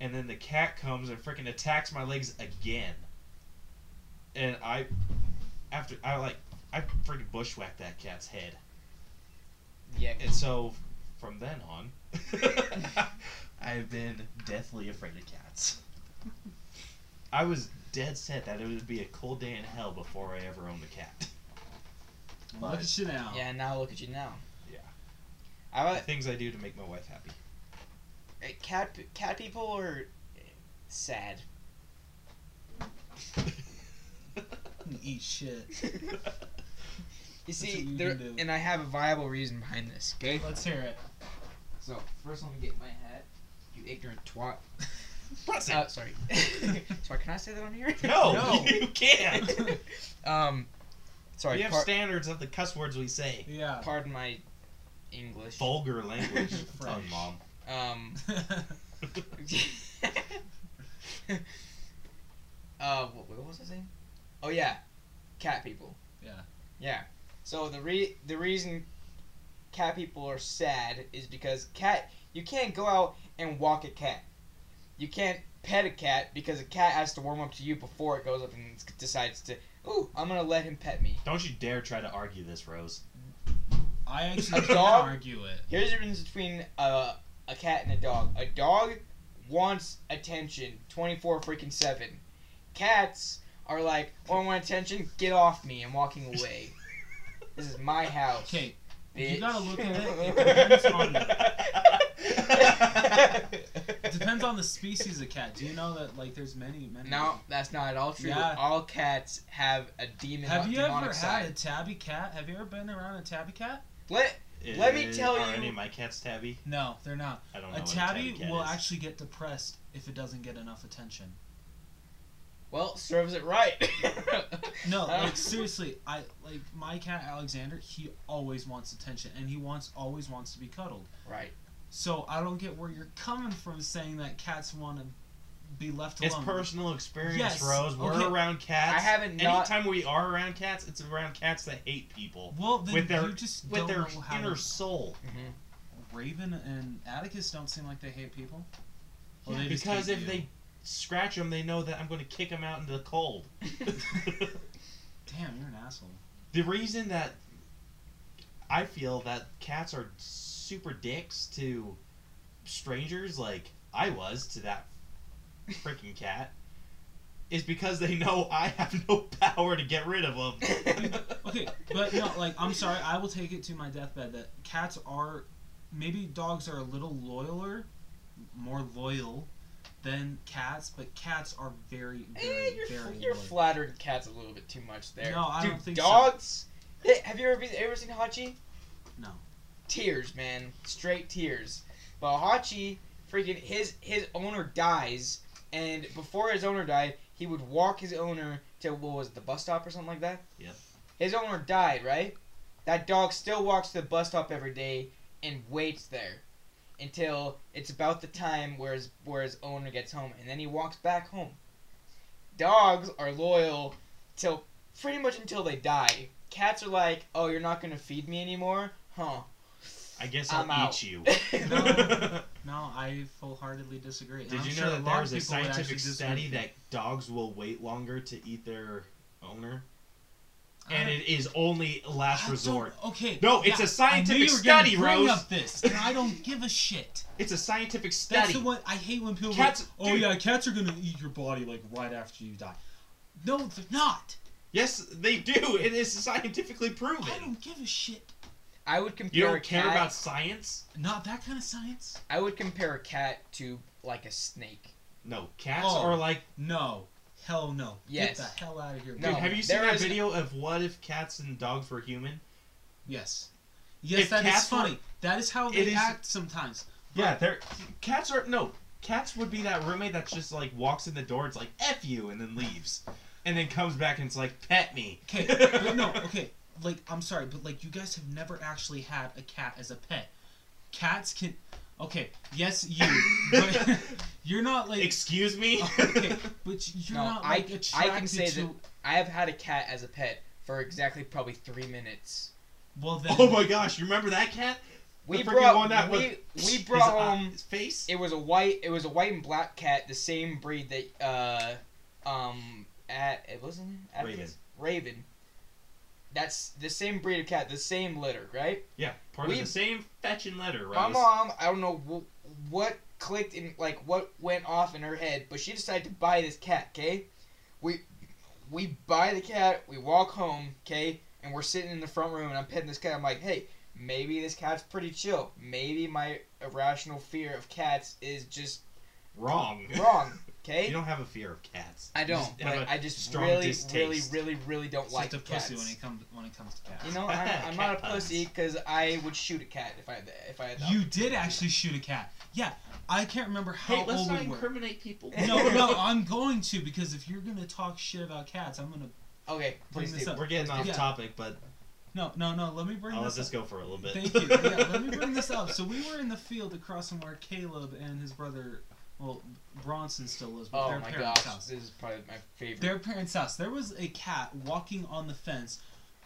And then the cat comes and freaking attacks my legs again. And I, after I like, I freaking bushwhacked that cat's head.
yeah.
And so, from then on, I've been deathly afraid of cats. I was dead set that it would be a cold day in hell before I ever owned a cat.
Look at you now.
Yeah, now look at you now.
Yeah.
I
The
like
things I do to make my wife happy.
uh, cat p- cat people are uh, sad.
Eat shit.
You
what
see,
you
there,
do.
and I have a viable reason behind this. Okay.
Let's hear it.
So first, let me get my hat. You ignorant twat.
Bless it.
Uh, sorry. sorry. Can I say that on here?
no,
no.
you can't.
um, sorry.
we have
par-
standards of the cuss words we say.
Yeah.
pardon my English.
Vulgar language. on
Fresh.
mom.
um. uh, what, what was I saying? Oh yeah, cat people.
Yeah.
Yeah. So the re the reason cat people are sad is because cat you can't go out and walk a cat. You can't pet a cat because a cat has to warm up to you before it goes up and s- decides to. Ooh, I'm gonna let him pet me.
Don't you dare try to argue this, Rose.
I
A
actually can't
dog?
argue it.
Here's the difference between a a cat and a dog. A dog wants attention, twenty four freaking seven. Cats are like, oh, I want attention. Get off me! I'm walking away. this is my house.
Okay.
bitch.
You gotta look at it. It depends on it depends on the species of cat. Do you know that like there's many many?
No, that's not at all true.
Yeah.
All cats have a demon.
Have you
demonic
ever
side.
had a tabby cat? Have you ever been around a tabby cat?
Let Let me tell
Are
you-
any of my cats tabby?
No, they're not.
I don't know.
A
what
tabby
cat
will
is.
actually get depressed if it doesn't get enough attention.
well serves it right.
No,
I don't-
like seriously, I like my cat Alexander. He always wants attention, and he wants always wants to be cuddled.
Right.
So I don't get where you're coming from saying that cats want to be left alone.
It's personal experience,
Yes,
Rose. We're
okay.
around cats.
I haven't not.
Anytime we are around cats, it's around cats that hate people
Well, then
with their
you just
with
don't
their
know how
inner soul.
Mhm.
Raven and Atticus don't seem like they hate people. Well, they just
because
hate
if
you.
they scratch them, they know that I'm going to kick them out into the cold.
Mm-hmm.
damn, you're an asshole.
the reason that I feel that cats are super dicks to strangers, like I was to that freaking cat, is because they know I have no power to get rid of them.
Okay, but no, like I'm sorry, I will take it to my deathbed that cats are, maybe dogs are a little loyaler, more loyal, than cats, but cats are very, very,
Eh, you're
very
you're
loyal.
flattering cats a little bit too much there.
No, I
Dude,
don't think so.
dogs. Hey, have you ever been, ever seen Hachi?
No.
Tears, man, straight tears. But Hachi, freaking his his owner dies, and before his owner died, he would walk his owner to what was it, the bus stop or something like that.
Yep.
His owner died, right? That dog still walks to the bus stop every day and waits there until it's about the time where his, where his owner gets home, and then he walks back home. Dogs are loyal till pretty much until they die. Cats are like, oh, you're not gonna feed me anymore, huh?
I guess I'll
I'm
eat
out.
you.
No. No, I wholeheartedly disagree. And
Did
I'm
you
sure
know
a
that
lot
there was
of
a
people would actually
scientific
disagree
study
with
that dogs will wait longer to eat their owner? and it is only last
I
resort.
don't- Okay.
No, it's a
I knew
scientific
you were
study,
gonna bring
Rose.
Up this, and I don't give a shit.
It's a scientific
That's
study.
the one I hate when people.
Cats-
are like, oh
dude.
yeah, cats are gonna eat your body like right after you die. No, they're not.
yes, they do. It is scientifically
I
proven.
don't give a shit.
I would compare.
You
a
don't care
cat,
about science?
Not that kind of science.
I would compare a cat to like a snake.
No, cats
Oh.
are like.
No. Hell no.
Yes.
Get the hell out of here.
Dude,
No,
have you seen
there
that
is-
video of what if cats and dogs were human?
Yes. Yes,
If
that is
cats were-
funny. that is how
It
they
is-
act sometimes.
Yeah, they're cats are no cats would be that roommate that's just like walks in the door, it's like f you, and then leaves, and then comes back and it's like pet me.
Okay. but no, okay. Like, I'm sorry, but like, you guys have never actually had a cat as a pet. Cats can. Okay, yes, you. But you're not like. oh,
Excuse me.
okay, but you're
No,
not
I-
like
I can
attracted
say
to.
that- I have had a cat as a pet for exactly probably three minutes.
Well, then.
oh my gosh, you remember that cat? The
We
freaking
brought
one that
we,
was- uh,
we
his
brought
eye-
home.
his face.
It was a white. It was a white and black cat, the same breed that uh, um, at it wasn't it? Atkins?
Raven.
Raven. That's the same breed of cat, the same litter, right?
yeah, part
we-
of the same fetch and letter,
My
right?
mom, I don't know wh- what clicked in, like what went off in her head, but she decided to buy this cat. Okay, we we buy the cat, we walk home. Okay, and we're sitting in the front room, and I'm petting this cat. I'm like, hey, maybe this cat's pretty chill. Maybe my irrational fear of cats is just
Wrong.
wrong.
you
Okay,
don't have a fear of cats.
I
You
don't.
just have
but
a
I just
strong
really, really,
distaste.
really, really don't
It's
like
like a
cats.
pussy when it comes when it comes to cats.
you know, I'm, I'm not a
Cat puns.
pussy because I would shoot a cat if I had the, if I had the
You did actually shoot a cat. Yeah, I can't remember how
Hey, let's
old
not
we were.
incriminate people.
No, no, I'm going to because if you're gonna talk shit about cats, I'm gonna.
Okay,
Bring
please
this
do.
up.
We're getting off
Yeah.
topic, but
No, no, no. Let me bring
I'll let this
this. up.
go for a little bit.
Thank you. Yeah, let me bring this up. So we were in the field across from where Caleb and his brother, well, Bronson still lives, but
Oh
their
my gosh,
parents' house.
this is probably my favorite.
Their parents' house. There was a cat walking on the fence.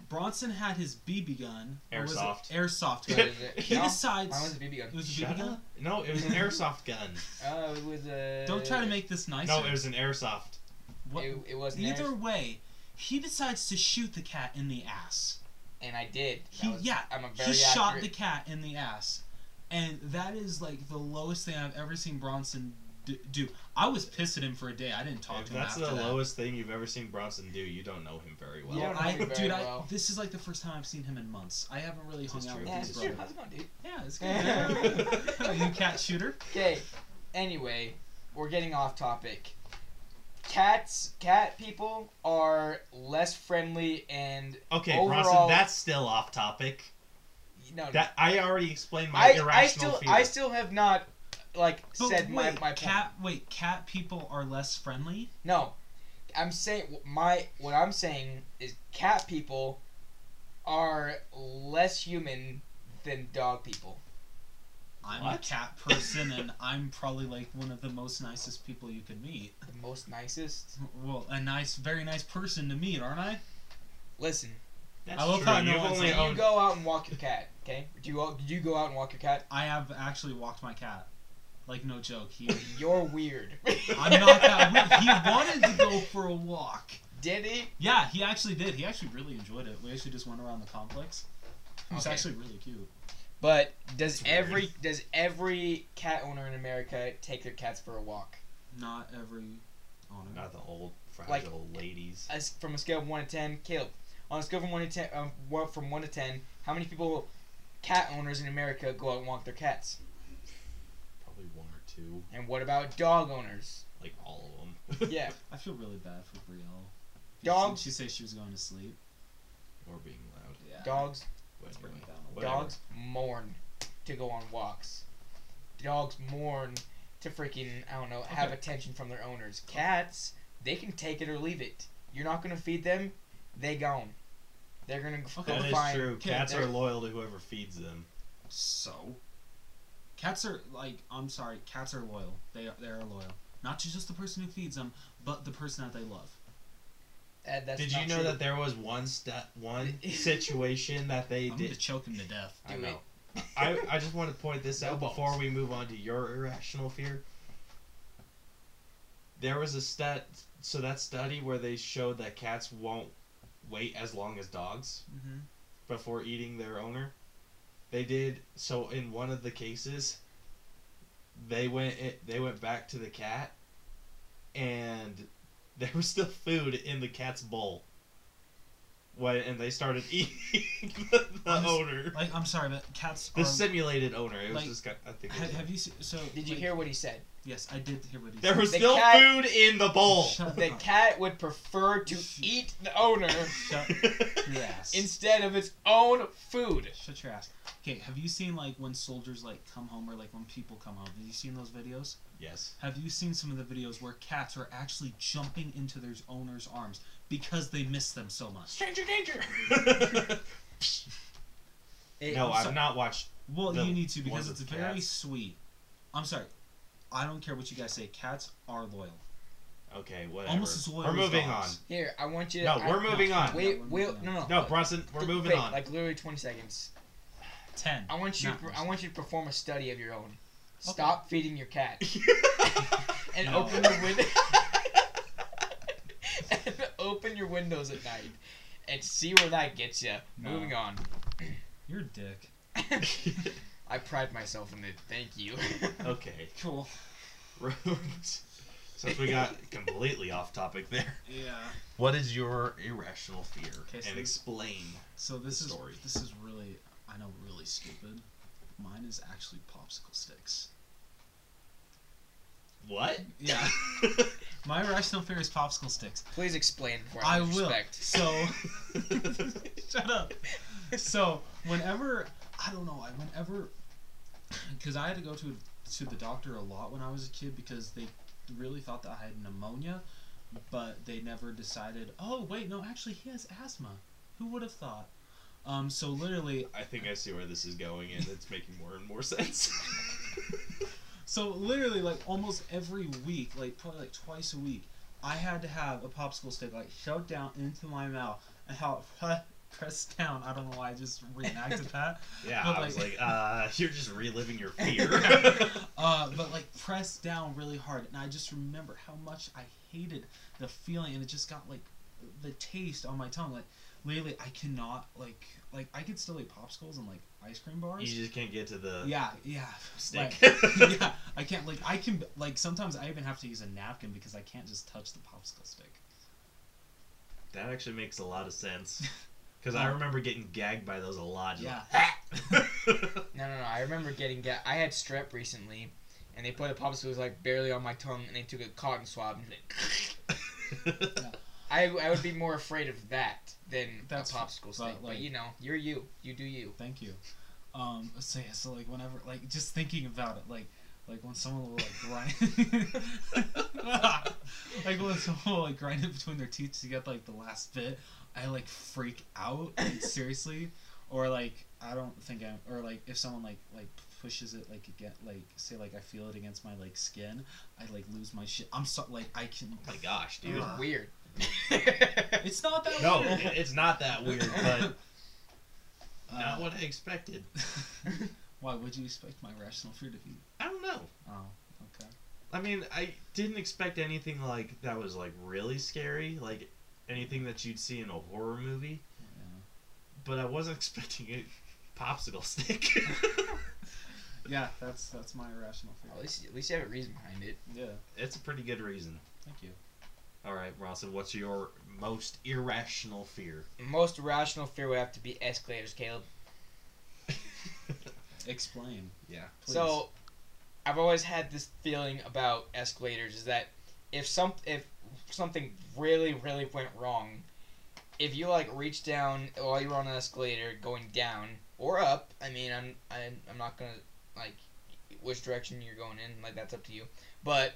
Bronson had his BB gun. or was it
Airsoft.
Airsoft
What
gun.
is
He
No,
decides.
mine was a BB
It
gun.
was a BB
Shut
gun.
up. No, it was an airsoft gun.
Oh, it was a.
Don't try to make this nicer.
No, it was an airsoft.
What-
It, it was
Either
neither,
way, he decides to shoot the cat in the ass.
and I did. That
He-
was-
yeah,
I'm a very
He shot the
accurate-
cat in the ass. And that is like the lowest thing I've ever seen Bronson d- do. I was pissed at him for a day. I didn't talk
If
to him
that's
after
the
that.
lowest thing you've ever seen Bronson do, you don't know him very well.
You don't know
I,
him very
dude, I,
well.
this is like the first time I've seen him in months. I haven't really hung
is
out
true.
with
Yeah,
his
sure,
brother.
how's it going, dude?
Yeah, it's good. you cat shooter.
Okay. Anyway, we're getting off topic. Cats, cat people are less friendly and
Okay,
Overall-
Bronson, that's still off topic.
no. no.
That I already explained my
I,
irrational
I still
fear.
I still have not like
But
said my
wait,
my point.
cat. Wait, cat people are less friendly.
No, I'm saying my what I'm saying is cat people are less human than dog people.
I'm a
What?
cat person, and I'm probably like one of the most nicest people you could meet.
The most nicest.
Well, a nice, very nice person to meet, aren't I?
Listen,
That's
I love
true.
how no
You've
one's
only
like,
do you
owned.
go out and walk your cat? Okay, do you all- do you go out and walk your cat?
I have actually walked my cat. Like no joke, he.
You're weird.
I'm not that. weird. He wanted to go for a walk.
Did he?
Yeah, he actually did. He actually really enjoyed it. We actually just went around the complex. It was
Okay.
actually really cute.
But does
That's weird.
every does every cat owner in America take their cats for a walk?
Not every owner.
Not the old fragile
Like-
ladies.
As from a scale of one to ten, Caleb, on a scale from one to ten, um, one, from one to ten, how many people, cat owners in America, go out and walk their cats?
Probably one or two,
And what about dog owners?
like all of them.
Yeah,
I feel really bad for Brielle. She
Dog-
said- She said she was going to sleep.
or being loud.
Yeah.
dogs
But
Let's bring
anyway,
it down a
whatever.
dogs mourn to go on walks. Dogs mourn to freaking I don't know, have
Okay.
attention from their owners. Cats, they can take it or leave it. You're not gonna feed them, they gone. They're gonna go
Okay.
That is
find
true.
Okay,
Cats are
there's-
loyal to whoever feeds them.
So, cats are like I'm sorry, cats are loyal. They are they are loyal. Not to just the person who feeds them, but the person that they love.
that- that's
Did
not
you know
true.
that there was one st- one situation that they
I'm gonna
did?
choke him to death.
I
Do
know. I, I just want to point this
No
out
balls.
before we move on to your irrational fear. There was a stat, so that study where they showed that cats won't wait as long as dogs
Mm-hmm.
before eating their owner. They did so in one of the cases. They went it, they went back to the cat, and there was still food in the cat's bowl. When and they started eating the, the
Honest-
owner,
Like I'm sorry, but cats
the
are.
simulated owner. It was
Um, like,
just got- I think. It
have,
was
have you seen, so?
Did you
like-
hear what he said?
Yes, I did hear what he
there
said.
was
the
still
cat-
food in the bowl.
Shut
The
up.
cat would prefer to eat the owner
Shut your ass.
instead of its own food.
Shut your ass. Okay, have you seen like when soldiers like come home or like when people come home? Have you seen those videos?
yes.
Have you seen some of the videos where cats are actually jumping into their owner's arms because they miss them so much?
Stranger danger. It-
no,
so-
I've not watched.
Well,
The
you need to because
one
it's
with
very
cats.
sweet. I'm sorry. I don't care what you guys say. Cats are loyal.
Okay, whatever.
Almost as loyal
we're
as
moving on.
dogs.
Here, I want you. to...
No,
I-
we're moving on.
we-
Wait,
Yeah, we're
wait,
moving
no,
on.
no.
No,
but-
Bronson, we're
quick,
moving on.
Like literally 20 seconds.
Ten.
I want you.
Not
per-
much.
I want you to perform a study of your own. Stop feeding your cat and
No.
open your window. and open your windows at night and see where that gets you.
No.
Moving on.
You're a dick.
I pride myself in it. Thank you.
okay,
Cool.
roads. Since we got completely off topic there,
Yeah.
what is your irrational fear?
Okay, so
and
this-
explain.
So this is
story.
this is really I know really stupid. Mine is actually popsicle sticks.
What?
Yeah. My irrational fear is popsicle sticks.
Please explain before I,
I will.
respect.
So Shut up. So whenever I don't know, I whenever because I had to go to to the doctor a lot when I was a kid because they really thought that I had pneumonia, but they never decided. Oh wait, no, actually he has asthma. Who would have thought? Um, so literally,
I think I see where this is going, and it's making more and more sense.
so literally, like almost every week, like probably like twice a week, I had to have a popsicle stick like shoved down into my mouth and how it pressed down. I don't know why I just reenacted that.
yeah,
But
I was like,
like-
uh, you're just reliving your fear.
uh, but like pressed down really hard, and I just remember how much I hated the feeling, and it just got like the taste on my tongue. Like literally, I cannot like like I could still eat popsicles and like ice cream bars.
you just can't get to the
yeah, yeah,
stick.
Right. yeah, I can't like I can like sometimes I even have to use a napkin because I can't just touch the popsicle stick.
That actually makes a lot of sense. Because I remember getting gagged by those a lot. just
Yeah.
like, "Ah!"
No, no, no. I remember getting ga- I had strep recently, and they put a popsicle like barely on my tongue, and they took a cotton swab. And I, I would be more afraid of that than
That's
a popsicle
but,
stick. But,
like-
you know, you're you. You do you.
Thank you. Um, so yeah, so like whenever like just thinking about it, like like when someone will like grind like when someone will like grind it between their teeth to get like the last bit, I like freak out like, seriously. Or like I don't think I'm or like if someone like like pushes it like again like say like I feel it against my like skin, I like lose my shit. I'm so like I can
Oh my gosh,
It
dude.
was
Ugh.
weird.
it's not that
No,
weird.
it- it's not that weird, but
Uh,
not what I expected.
why would you expect my rational fear to be
I don't know.
oh, okay.
I mean, I didn't expect anything like that was like really scary, like anything that you'd see in a horror movie.
Yeah.
But I wasn't expecting a popsicle stick.
Yeah, that's that's my irrational
at,
fear.
least, at least you have a reason behind it.
Yeah,
it's a pretty good reason.
thank you.
All right, Ronson, what's your most irrational fear?
Most rational fear would have to be escalators, Caleb.
Explain.
yeah.
Please.
So, I've always had this feeling about escalators is that if some if something really really went wrong, if you like reach down while you're on an escalator going down or up, I mean, I'm I'm, I'm not gonna like which direction you're going in, like that's up to you. But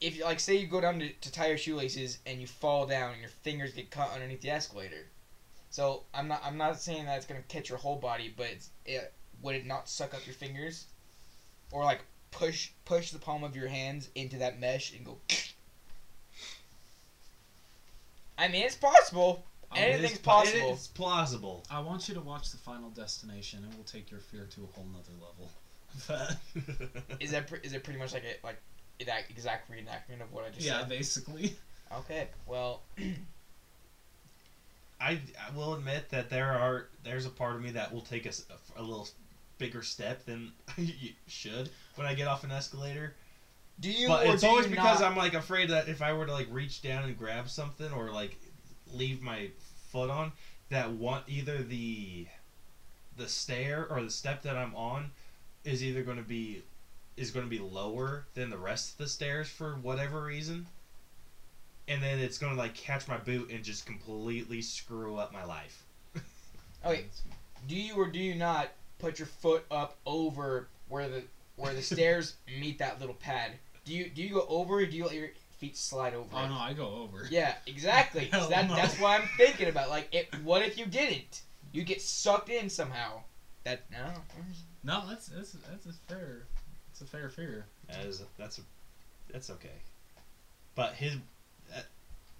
if you like say you go down to, to tie your shoelaces and you fall down and your fingers get caught underneath the escalator. So I'm not I'm not saying that it's gonna catch your whole body, but it's, it would it not suck up your fingers, or like push push the palm of your hands into that mesh and go. I mean, it's possible.
I,
Anything's
It is pla-
possible.
It is plausible.
I want you to watch the Final Destination, and we'll take your fear to a whole nother level. But
Is that pre- is it pretty much like a like that exact reenactment of what I just
yeah,
said?
basically.
Okay, well,
I, I will admit that there are there's a part of me that will take us a, f- a little bigger step than you should when I get off an escalator.
Do you?
but
or
it's
do
always
you
because
not?
I'm like afraid that if I were to like reach down and grab something or like leave my foot on, that one either the the stair or the step that I'm on is either going to be is going to be lower than the rest of the stairs for whatever reason. And then it's gonna like catch my boot and just completely screw up my life.
Oh,
Okay, do you or do you not put your foot up over where the where the stairs meet that little pad? Do you do you go over or do you let your feet slide over?
Oh
it?
no, I go over.
Yeah, exactly. 'Cause
Hell
that,
no.
That's what I'm thinking about. Like, it, what if you didn't? You get sucked in somehow. That no.
No, that's that's that's a fair. It's a fair fear.
That is that's that's okay. But his that-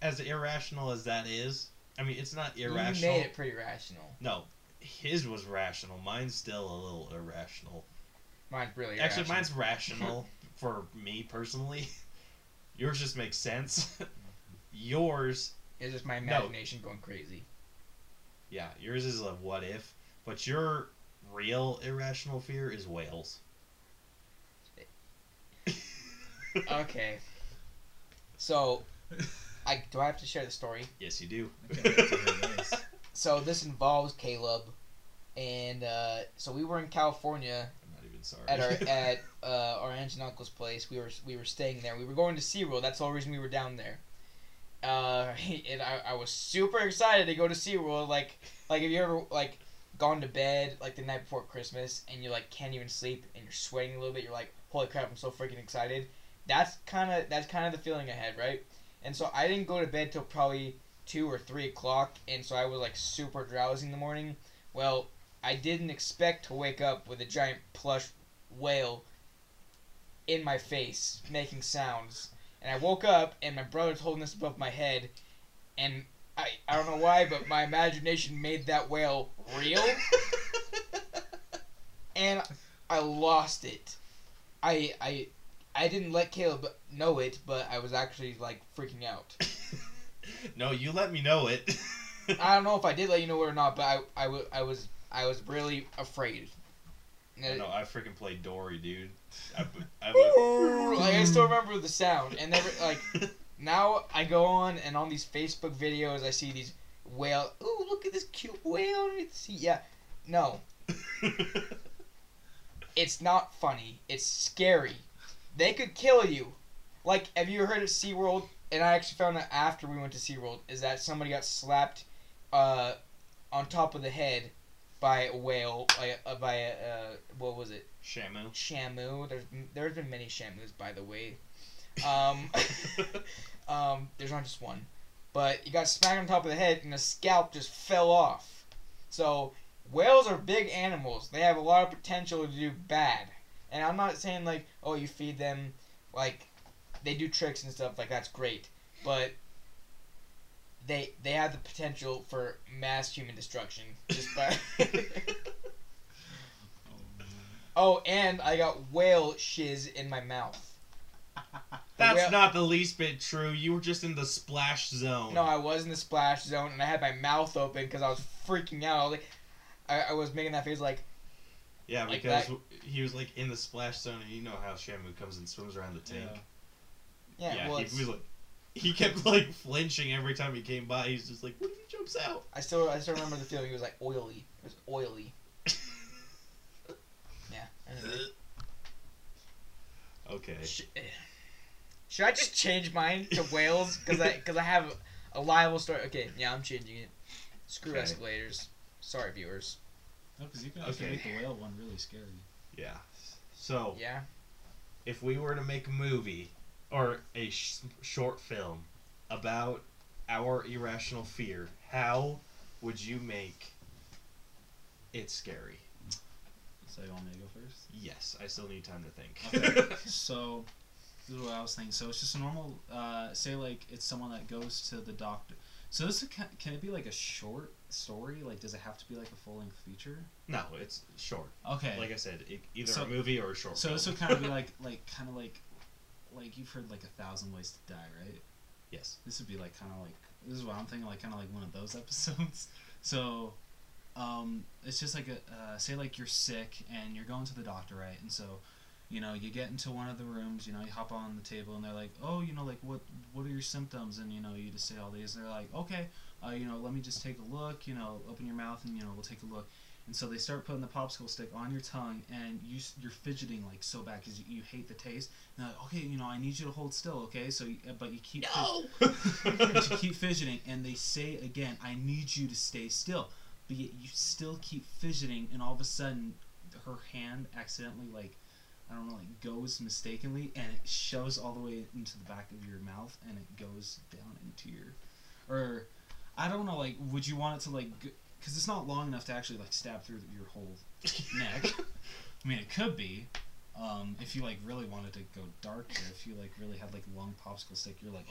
as irrational as that is, I mean it's not
You
irrational.
made it pretty rational.
No, his was rational. Mine's still a little irrational.
Mine's really
Actually,
irrational.
mine's rational for me personally. Yours just makes sense. yours,
It's just my
No.
imagination going crazy.
yeah, yours is a what if, but your real irrational fear is whales.
Uh,
Okay. So,
Oh,
I do I have to share the story?
Yes, you do.
I can't wait to hear this.
So this involves Caleb, and uh, so we were in California
I'm not even sorry.
at our at uh, our aunt and uncle's place. We were we were staying there. We were going to SeaWorld. That's the whole reason we were down there. Uh, and I, I was super excited to go to SeaWorld. Like like have you ever like gone to bed like the night before Christmas and you like can't even sleep and you're sweating a little bit. You're like, holy crap, I'm so freaking excited. That's kind of that's kind of the feeling I had, right? And so I didn't go to bed till probably two or three o'clock, and so I was like super drowsy in the morning. Well, I didn't expect to wake up with a giant plush whale in my face making sounds. And I woke up and my brother's holding this above my head and I, I don't know why, but my imagination made that whale real and I lost it. I I I didn't let Caleb know it, but I was actually like freaking out.
no, you let me know it.
I don't know if I did let you know it or not, but I, I, w- I was I was really afraid.
I know, I freaking played Dory, dude. I, I
like I still remember the sound, and never like now I go on and on these Facebook videos, I see these whale. Ooh, look at this cute whale underneath the sea. Yeah, no, it's not funny. It's scary. They could kill you. Like, have you heard of SeaWorld? And I actually found out after we went to SeaWorld is that somebody got slapped uh, on top of the head by a whale, by a, by a uh, what was it?
Shamu.
Shamu. There's there's been many Shamus, by the way. Um, um, there's not just one, but he got smacked on top of the head and the scalp just fell off. So whales are big animals. They have a lot of potential to do bad. And I'm not saying like, oh, you feed them, like, they do tricks and stuff. Like that's great, but they they have the potential for mass human destruction just by. oh, and I got whale shiz in my mouth.
That's
Well-
not the least bit true. You were just in the splash zone.
No, I was in the splash zone and I had my mouth open because I was freaking out. I was like, I, I was making that face like,
yeah,
like
because he was like in the splash zone, and you know how Shamu comes and swims around the tank.
Yeah.
yeah, well,
he
it's-
was like, he kept like flinching every time he came by. He's just like, what if he jumps out?
I still I still remember the feeling. It was like oily. It was oily. yeah. anyway.
okay.
Sh- eh. Should I just change mine to whales? Because I because I have a liable story. Okay, yeah, I'm changing it. Screw
Okay.
escalators. Sorry, viewers.
No, because you can actually
Okay.
make the whale one really scary.
Yeah. So
Yeah.
if we were to make a movie or a sh- short film about our irrational fear, how would you make it scary?
So you want me to go first?
Yes, I still need time to think.
Okay. so this is what I was thinking. So it's just a normal, uh, say like it's someone that goes to the doctor. So this can, can it be like a short story? Like, does it have to be like a full length feature?
no, it's short.
Okay.
Like I said, it, either
So-
a movie or a short
so
film.
this would kind of be like like kind of like like you've heard like a thousand ways to die, right?
yes.
This would be like kind of like this is what I'm thinking, like kind of like one of those episodes. So, um, it's just like a uh, say like you're sick and you're going to the doctor, right? And so, you know, you get into one of the rooms, you know, you hop on the table and they're like, oh, you know, like what what are your symptoms? And you know, you just say all these. They're like, okay, uh, you know, let me just take a look. You know, open your mouth and you know, we'll take a look. And so they start putting the popsicle stick on your tongue, and you s- you're fidgeting like so bad because you, you hate the taste. And they're like, okay, you know, I need you to hold still, okay? So, you, but you keep fid-
No.
but you keep fidgeting, and they say again, "I need you to stay still," but yet you still keep fidgeting, and all of a sudden, her hand accidentally like, I don't know, like goes mistakenly, and it shoves all the way into the back of your mouth, and it goes down into your, or, I don't know, like, would you want it to like, because it's not long enough to actually like stab through your whole neck. I mean, it could be. Um, if you like really wanted to go dark, or if you like really had like a long popsicle stick, you're like,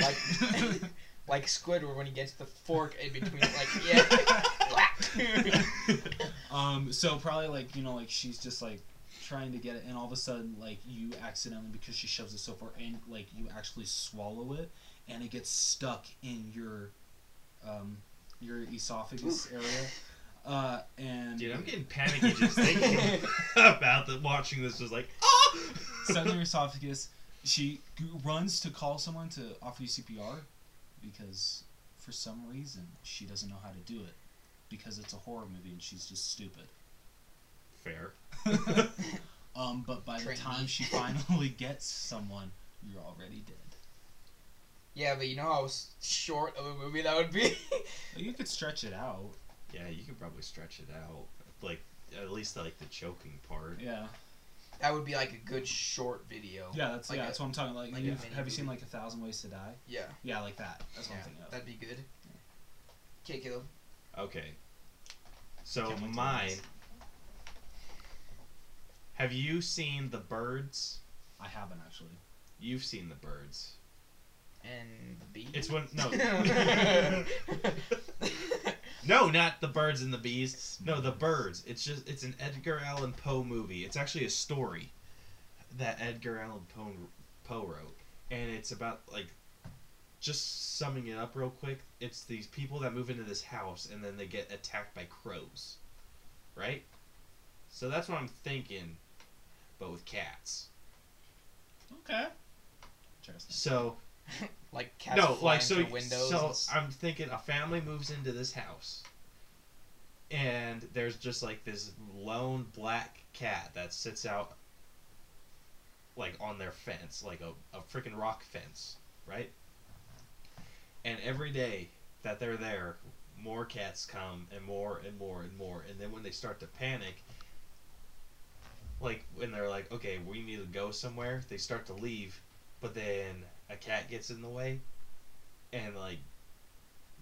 Like, like Squidward when he gets the fork in between. Like, yeah.
Um, so probably like you know like she's just like trying to get it, and all of a sudden like you accidentally because she shoves it so far, and like you actually swallow it, and it gets stuck in your, um, your esophagus area, uh, and
Dude, I'm getting panicky just thinking about the, watching this. Just like, ah!
stuck in your esophagus. She g- runs to call someone to offer you CPR, because for some reason she doesn't know how to do it, because it's a horror movie and she's just stupid.
Fair.
Um, but by the
Trainee.
time she finally gets someone, you're already dead.
yeah, but you know how s- short of a movie that would be.
Like, you could stretch it out.
Yeah, you could probably stretch it out. Like, at least like the choking part.
Yeah.
that would be like a good short video.
Yeah, that's
Like
yeah,
a-
that's what I'm talking about. Like,
like a
you've,
mini
have you seen
movie.
like a thousand ways to die?
Yeah.
Yeah, like that. That's what I'm thinking of.
That'd be good. Okay, Caleb.
Okay. So
Can't wait to
mine.
do this.
Have you seen the birds?
I haven't actually.
You've seen the birds.
And B.
It's when no. No, not the birds and the bees. No, the birds. It's just it's an Edgar Allan Poe movie. It's actually a story that Edgar Allan Poe Poe wrote, and it's about like just summing it up real quick. It's these people that move into this house and then they get attacked by crows, right? So that's what I'm thinking, but with cats.
Okay. Interesting.
So
like cats
no,
flying
like so.
through windows.
so
and s-
I'm thinking a family moves into this house, and there's just like this lone black cat that sits out, like on their fence, like a a freaking rock fence, right? And every day that they're there, more cats come and more and more and more, and then when they start to panic. Like when they're like, okay, we need to go somewhere. They start to leave, but then a cat gets in the way, and like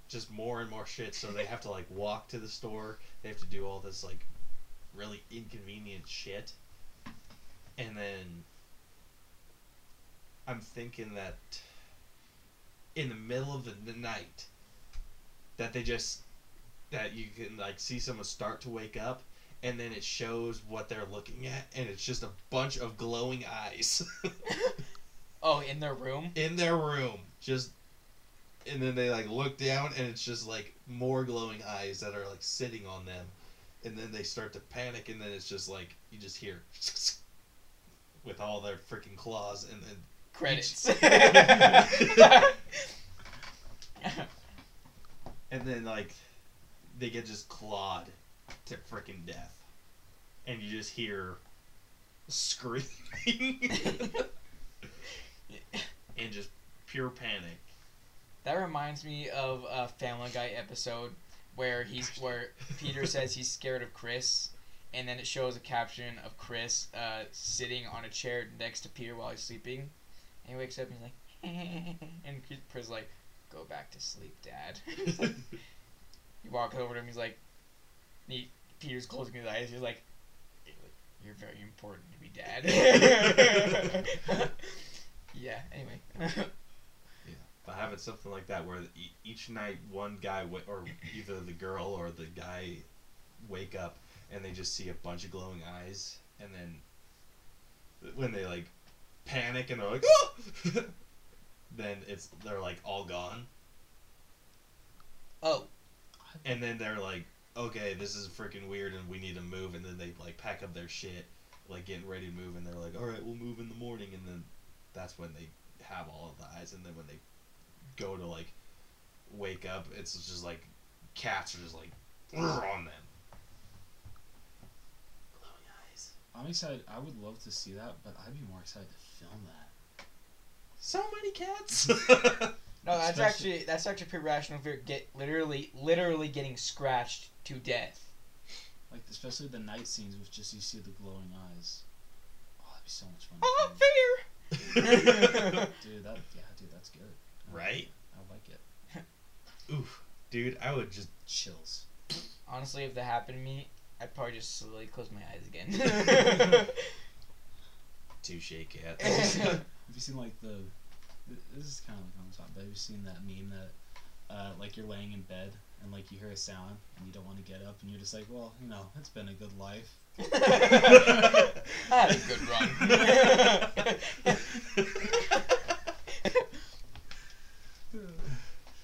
just more and more shit so they have to like walk to the store they have to do all this like really inconvenient shit and then i'm thinking that in the middle of the, the night that they just that you can like see someone start to wake up and then it shows what they're looking at and it's just a bunch of glowing eyes
oh, in their room.
in their room, just and then they like look down and it's just like more glowing eyes that are like sitting on them and then they start to panic and then it's just like you just hear with all their freaking claws and then
Credits.
and then like they get just clawed to freaking death and you just hear screaming and just pure panic
That reminds me of a Family Guy episode where he's where Peter says he's scared of Chris, and then it shows a caption of Chris uh, sitting on a chair next to Peter while he's sleeping, and he wakes up and he's like, and Chris is like, "Go back to sleep, Dad." he walks over to him. He's like, he, Peter's closing his eyes. He's like, "You're very important to me, Dad." yeah. Anyway.
But having something like that where e- each night one guy wa- or either the girl or the guy wake up and they just see a bunch of glowing eyes and then when they like panic and they're like "Ah!" then it's they're like all gone
Oh.
And then they're like, okay, this is freaking weird, and we need to move. And then they like pack up their shit, like getting ready to move, and they're like, all right, we'll move in the morning. And then that's when they have all of the eyes. And then when they go to like wake up, it's just like cats are just like on them. Glowing eyes.
I'm excited. I would love to see that, but I'd be more excited to film that.
So many cats.
No, that's
Especially-
actually that's actually pretty rational. If you're get literally literally getting scratched to death.
Like especially the night scenes with just you see the glowing eyes. Oh, that'd be so much fun. to
Oh,
film.
fear!
dude, that yeah, dude, that's good. I like
Right?
it. I like it.
Oof, dude, I would just
Chills.
Honestly, if that happened to me, I'd probably just slowly close my eyes again.
touche cats.
Have you seen like the? th- This is kind of like on the top, but have you seen that meme that, uh, like you're laying in bed and like you hear a sound and you don't want to get up and you're just like, well, you know, it's been a good life.
I had a good run.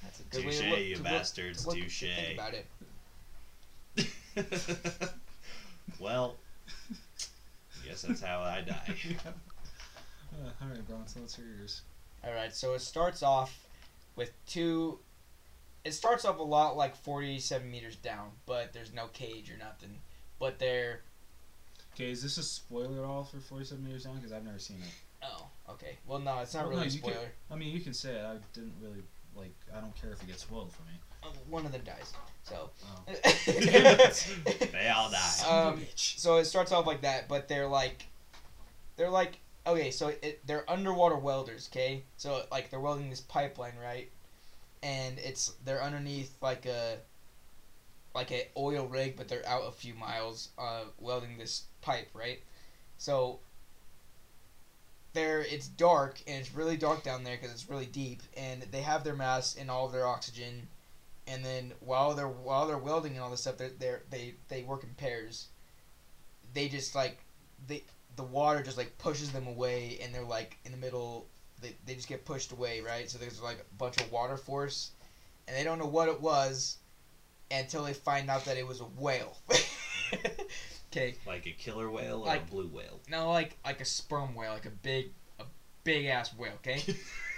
That's a good way
Touche,
to look,
you
to look-
bastards.
to look- to
Touche.
Think about it.
well, guess that's how I die.
Uh, all right, Bron, so let's hear yours.
All right, so it starts off with two. It starts off a lot like forty-seven meters down, but there's no cage or nothing. But they're
Okay, is this a spoiler at all for 47 Meters Down? Because I've never seen it.
oh okay. Well, no, it's not
Well,
really
no,
a
you can-
spoiler.
I mean, you can say it. I didn't really like. I don't care if it gets spoiled for me.
Uh, One of them dies. So.
Oh.
they all die.
Son of a
Um,
bitch.
So it starts off like that, but they're like, they're like, okay, so it, they're underwater welders, okay? So like they're welding this pipeline, right? And it's they're underneath like a, like a oil rig, but they're out a few miles, uh, welding this pipe, right? So. There, it's dark and it's really dark down there because it's really deep, and they have their masks and all of their oxygen, and then while they're while they're welding and all this stuff, they're, they're they they work in pairs, they just like they the water just like pushes them away and they're like in the middle they, they just get pushed away right so there's like a bunch of water force and they don't know what it was until they find out that it was a whale okay
Like a killer whale or a
Like-
blue whale.
no like like a sperm whale like a big a big ass whale okay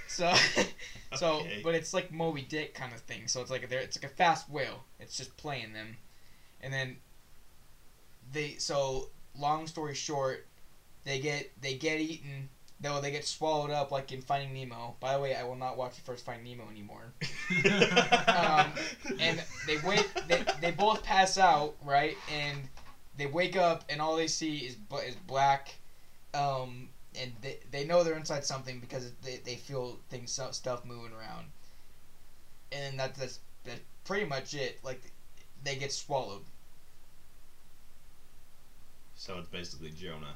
so so
Okay.
but it's like Moby Dick kind of thing so it's like there it's like a fast whale it's just playing them and then they so long story short they get they get eaten though they get swallowed up like in Finding Nemo by the way I will not watch the first Finding Nemo anymore Um, and they wake they, they both pass out right and they wake up and all they see is bl- is black um, and they, they know they're inside something because they, they feel things so- stuff moving around and that, that's that's pretty much it like they get swallowed
so it's basically Jonah.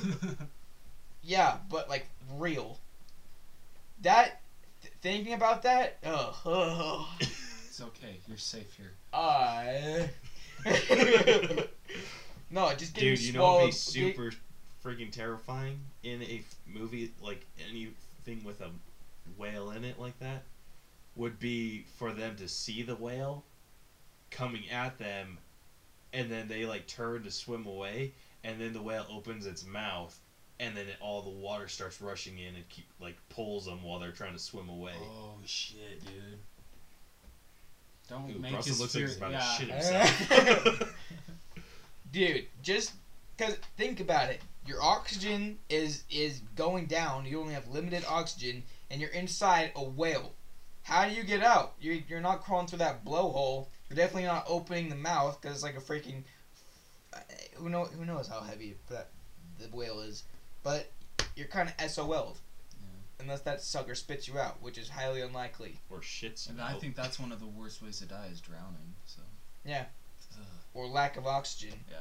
yeah but like real that th- thinking about that ugh, ugh,
it's okay. You're safe here.
I no just getting
Dude, you know
swallowed
what'd be super freaking terrifying in a f- movie like anything with a whale in it like that would be for them to see the whale coming at them and then they like turn to swim away and then the whale opens its mouth and then it, all the water starts rushing in and keep like pulls them while they're trying to swim away.
Oh shit, dude. Don't
Dude,
Oh, make
Russell
his
looks like he's
spirit-
about
yeah.
to shit himself.
dude just because think about it your oxygen is is going down you only have limited oxygen and you're inside a whale how do you get out you're, you're not crawling through that blowhole you're definitely not opening the mouth because it's like a freaking uh, who know who knows how heavy that the whale is but you're kind of sol'd unless that sucker spits you out which is highly unlikely
or shits.
And I think that's one of the worst ways to die is drowning. So.
Yeah.
Ugh,
or lack of oxygen
yeah.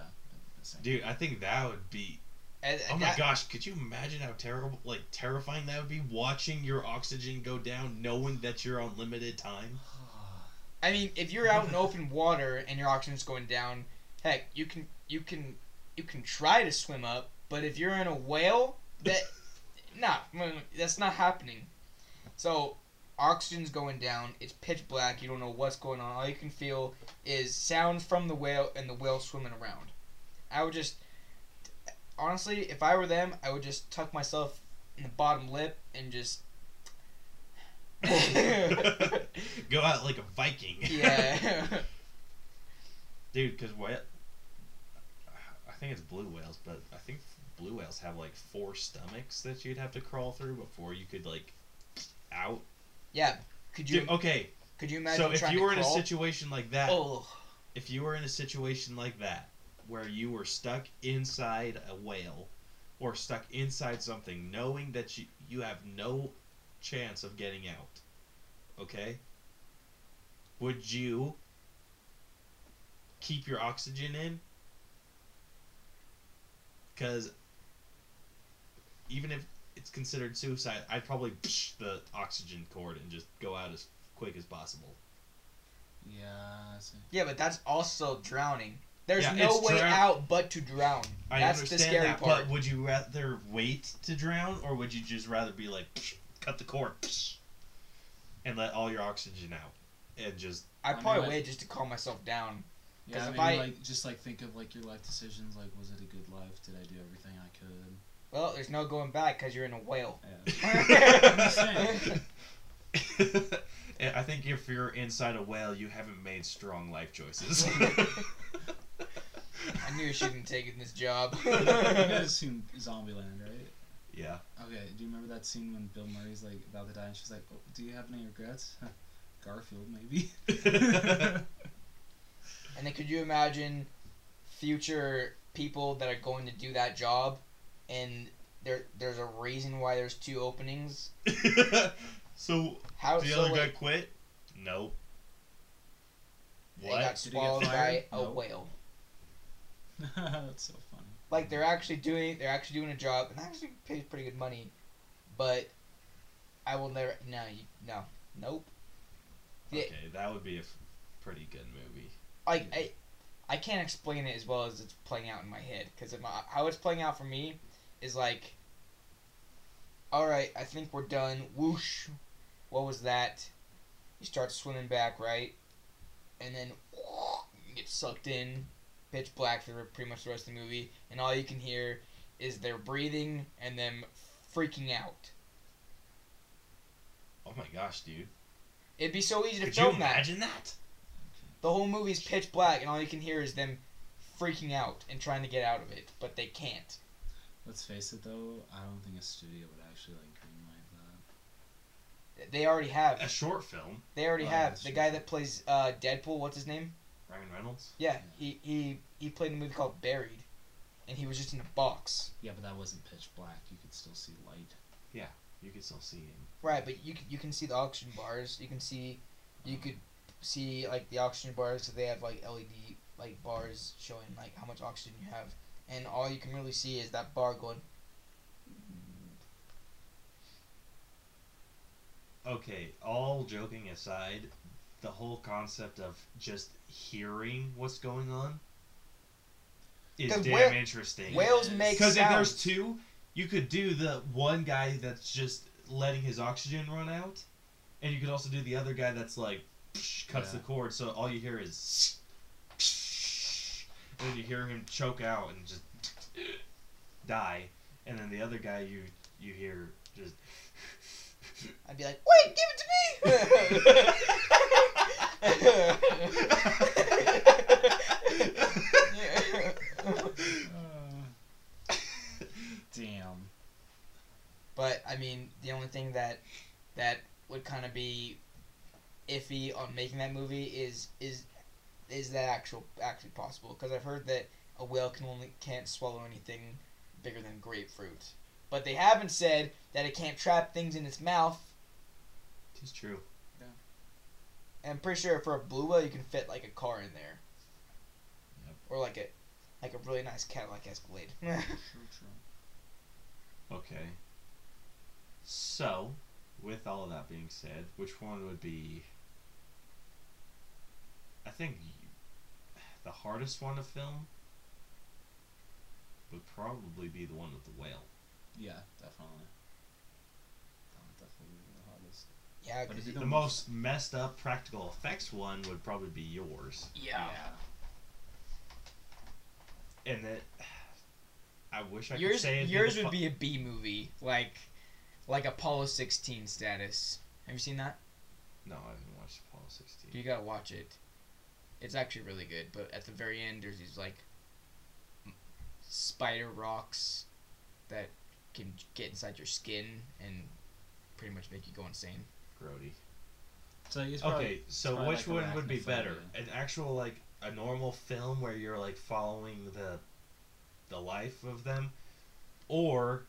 the same.
Dude, I think that would be
And-
Oh
and
my
that-
gosh, could you imagine how terrible, like terrifying that would be watching your oxygen go down knowing that you're on limited time?
I mean, if you're out in open water and your oxygen's going down, heck, you can you can you can try to swim up, but if you're in a whale, that nah, mm, that's not happening. So oxygen's going down. It's pitch black. You don't know what's going on. All you can feel is sound from the whale and the whale swimming around. I would just, honestly, if I were them, I would just tuck myself in the bottom lip and just.
Go out like a Viking.
yeah.
Dude, because whale. I think it's blue whales, but I think blue whales have like four stomachs that you'd have to crawl through before you could like out.
yeah. Could you
Dude, okay,
could you imagine
so if
trying
you
to
were in a
crawl?
situation like that,
Oh.
if you were in a situation like that where you were stuck inside a whale or stuck inside something knowing that you, you have no chance of getting out okay would you keep your oxygen in because even if it's considered suicide i'd probably psh the oxygen cord and just go out as quick as possible
Yeah. I see.
Yeah, but that's also drowning. There's
Yeah,
no
it's
way
drown-
out but to drown.
I
that's
understand
the scary
that,
part.
but would you rather wait to drown, or would you just rather be like, "Psh, cut the cord, psh, and let all your oxygen out, and just
I
I
probably
mean,
wait just to calm myself down.
Yeah,
'Cause if
maybe
I-
like just like think of like your life decisions. Like, was it a good life? Did I do everything I could?
Well, there's no going back because you're in a whale.
Yeah.
And I think if you're inside a whale, you haven't made strong life choices.
I knew you shouldn't have taken this job.
you guys seen Zombieland, right?
yeah.
Okay. Do you remember that scene when Bill Murray's like about to die, and she's like, oh, "Do you have any regrets?" Garfield, maybe.
and then could you imagine future people that are going to do that job and there there's a reason why there's two openings?
so
How
the
Oh, so
other guy
like,
quit. Nope.
they got
What?
Did he get
swallowed by
fired?
a
Nope.
whale.
That's so funny.
Like they're actually doing they're actually doing a job and actually pays pretty good money, but I will never no you, no nope. Yeah.
Okay, that would be a f- pretty good movie.
like I, I can't explain it as well as it's playing out in my head because how it's playing out for me is like, all right, I think we're done. Whoosh, what was that? You start swimming back, right, and then you get sucked in, pitch black for pretty much the rest of the movie, and all you can hear is their breathing and them freaking out.
Oh my gosh, dude!
It'd be so easy to
Could you
film that.
imagine that?
The whole movie's pitch black, and all you can hear is them freaking out and trying to get out of it, but they can't.
Let's face it, though. I don't think a studio would actually like greenlight that.
They already
a
have.
short film.
They already
Oh,
have.
that's
The
true.
guy that plays uh, Deadpool, what's his name?
Ryan Reynolds.
Yeah, he, he, he played in a movie called Buried, and he was just in a box.
Yeah, but that wasn't pitch black. You could still see light.
You can still see him.
Right, but you c- you can see the oxygen bars. You can see, you could see like the oxygen bars. They have like LED like bars showing like how much oxygen you have, and all you can really see is that bar going.
Okay, all joking aside, the whole concept of just hearing what's going on is
'Cause
damn
whale-
interesting.
Whales make
Because
sounds.
if there's two, you could do the one guy that's just letting his oxygen run out, and you could also do the other guy that's like psh, cuts
Yeah.
the cord, so all you hear is psh, and then you hear him choke out and just die, and then the other guy you you hear just
I'd be like, wait, give it to me.
Damn.
but I mean, the only thing that that would kind of be iffy on making that movie is is is that actual actually possible? Because I've heard that a whale can only can't swallow anything bigger than grapefruit, but they haven't said that it can't trap things in its mouth.
It's true.
And I'm pretty sure for a blue whale, you can fit like a car in there,
Yep.
or like a like a really nice Cadillac Escalade.
True, true.
Okay. So, with all of that being said, which one would be? I think y- the hardest one to film would probably be the one with the whale.
Yeah, definitely. That would definitely be the hardest.
Yeah,
But
'cause
if you
it-
The
don't-
most messed up practical effects one would probably be yours.
yeah.
And that I wish I could
Yours,
say it'd
yours
the
would
fu-
be a B movie, like, like Apollo 16 status. Have you seen that?
No, I haven't watched Apollo 16.
You gotta watch it. It's actually really good. But at the very end, there's these like spider rocks that can get inside your skin and pretty much make you go insane.
Grody.
So it's probably,
Okay, so
probably
which
like
one would be
arachnophobia.
better? An actual like a normal film where you're like following the the life of them or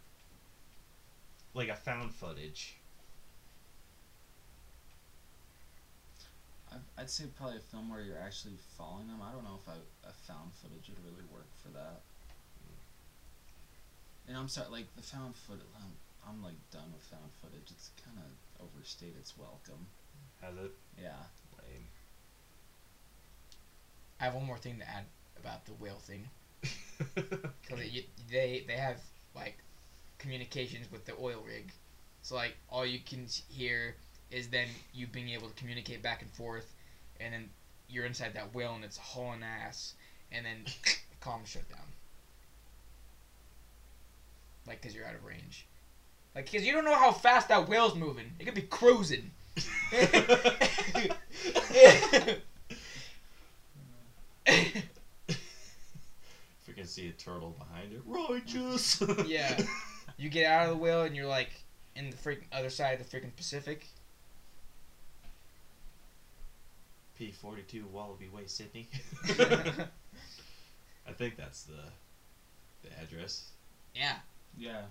like a found footage.
I'd- I'd say probably a film where you're actually following them. I don't know if I, I found footage would really work for that. And I'm sorry, like the found footage. I'm, I'm like done with found footage. It's kind of overstayed its welcome.
Has it
Yeah.
lame.
I have one more thing to add about the whale thing. 'Cause it- you- they they have like communications with the oil rig, so like all you can s- hear is then you being able to communicate back and forth, and then you're inside that whale and it's hauling ass, and then calm shut down. Like, cause you're out of range. Like, cause you don't know how fast that whale's moving. It could be cruising.
If we can see a turtle behind it, righteous.
Yeah. You get out of the whale and you're like in the freaking other side of the freaking Pacific.
P forty two Wallaby Way, Sydney.
yeah.
I think that's the the address.
Yeah.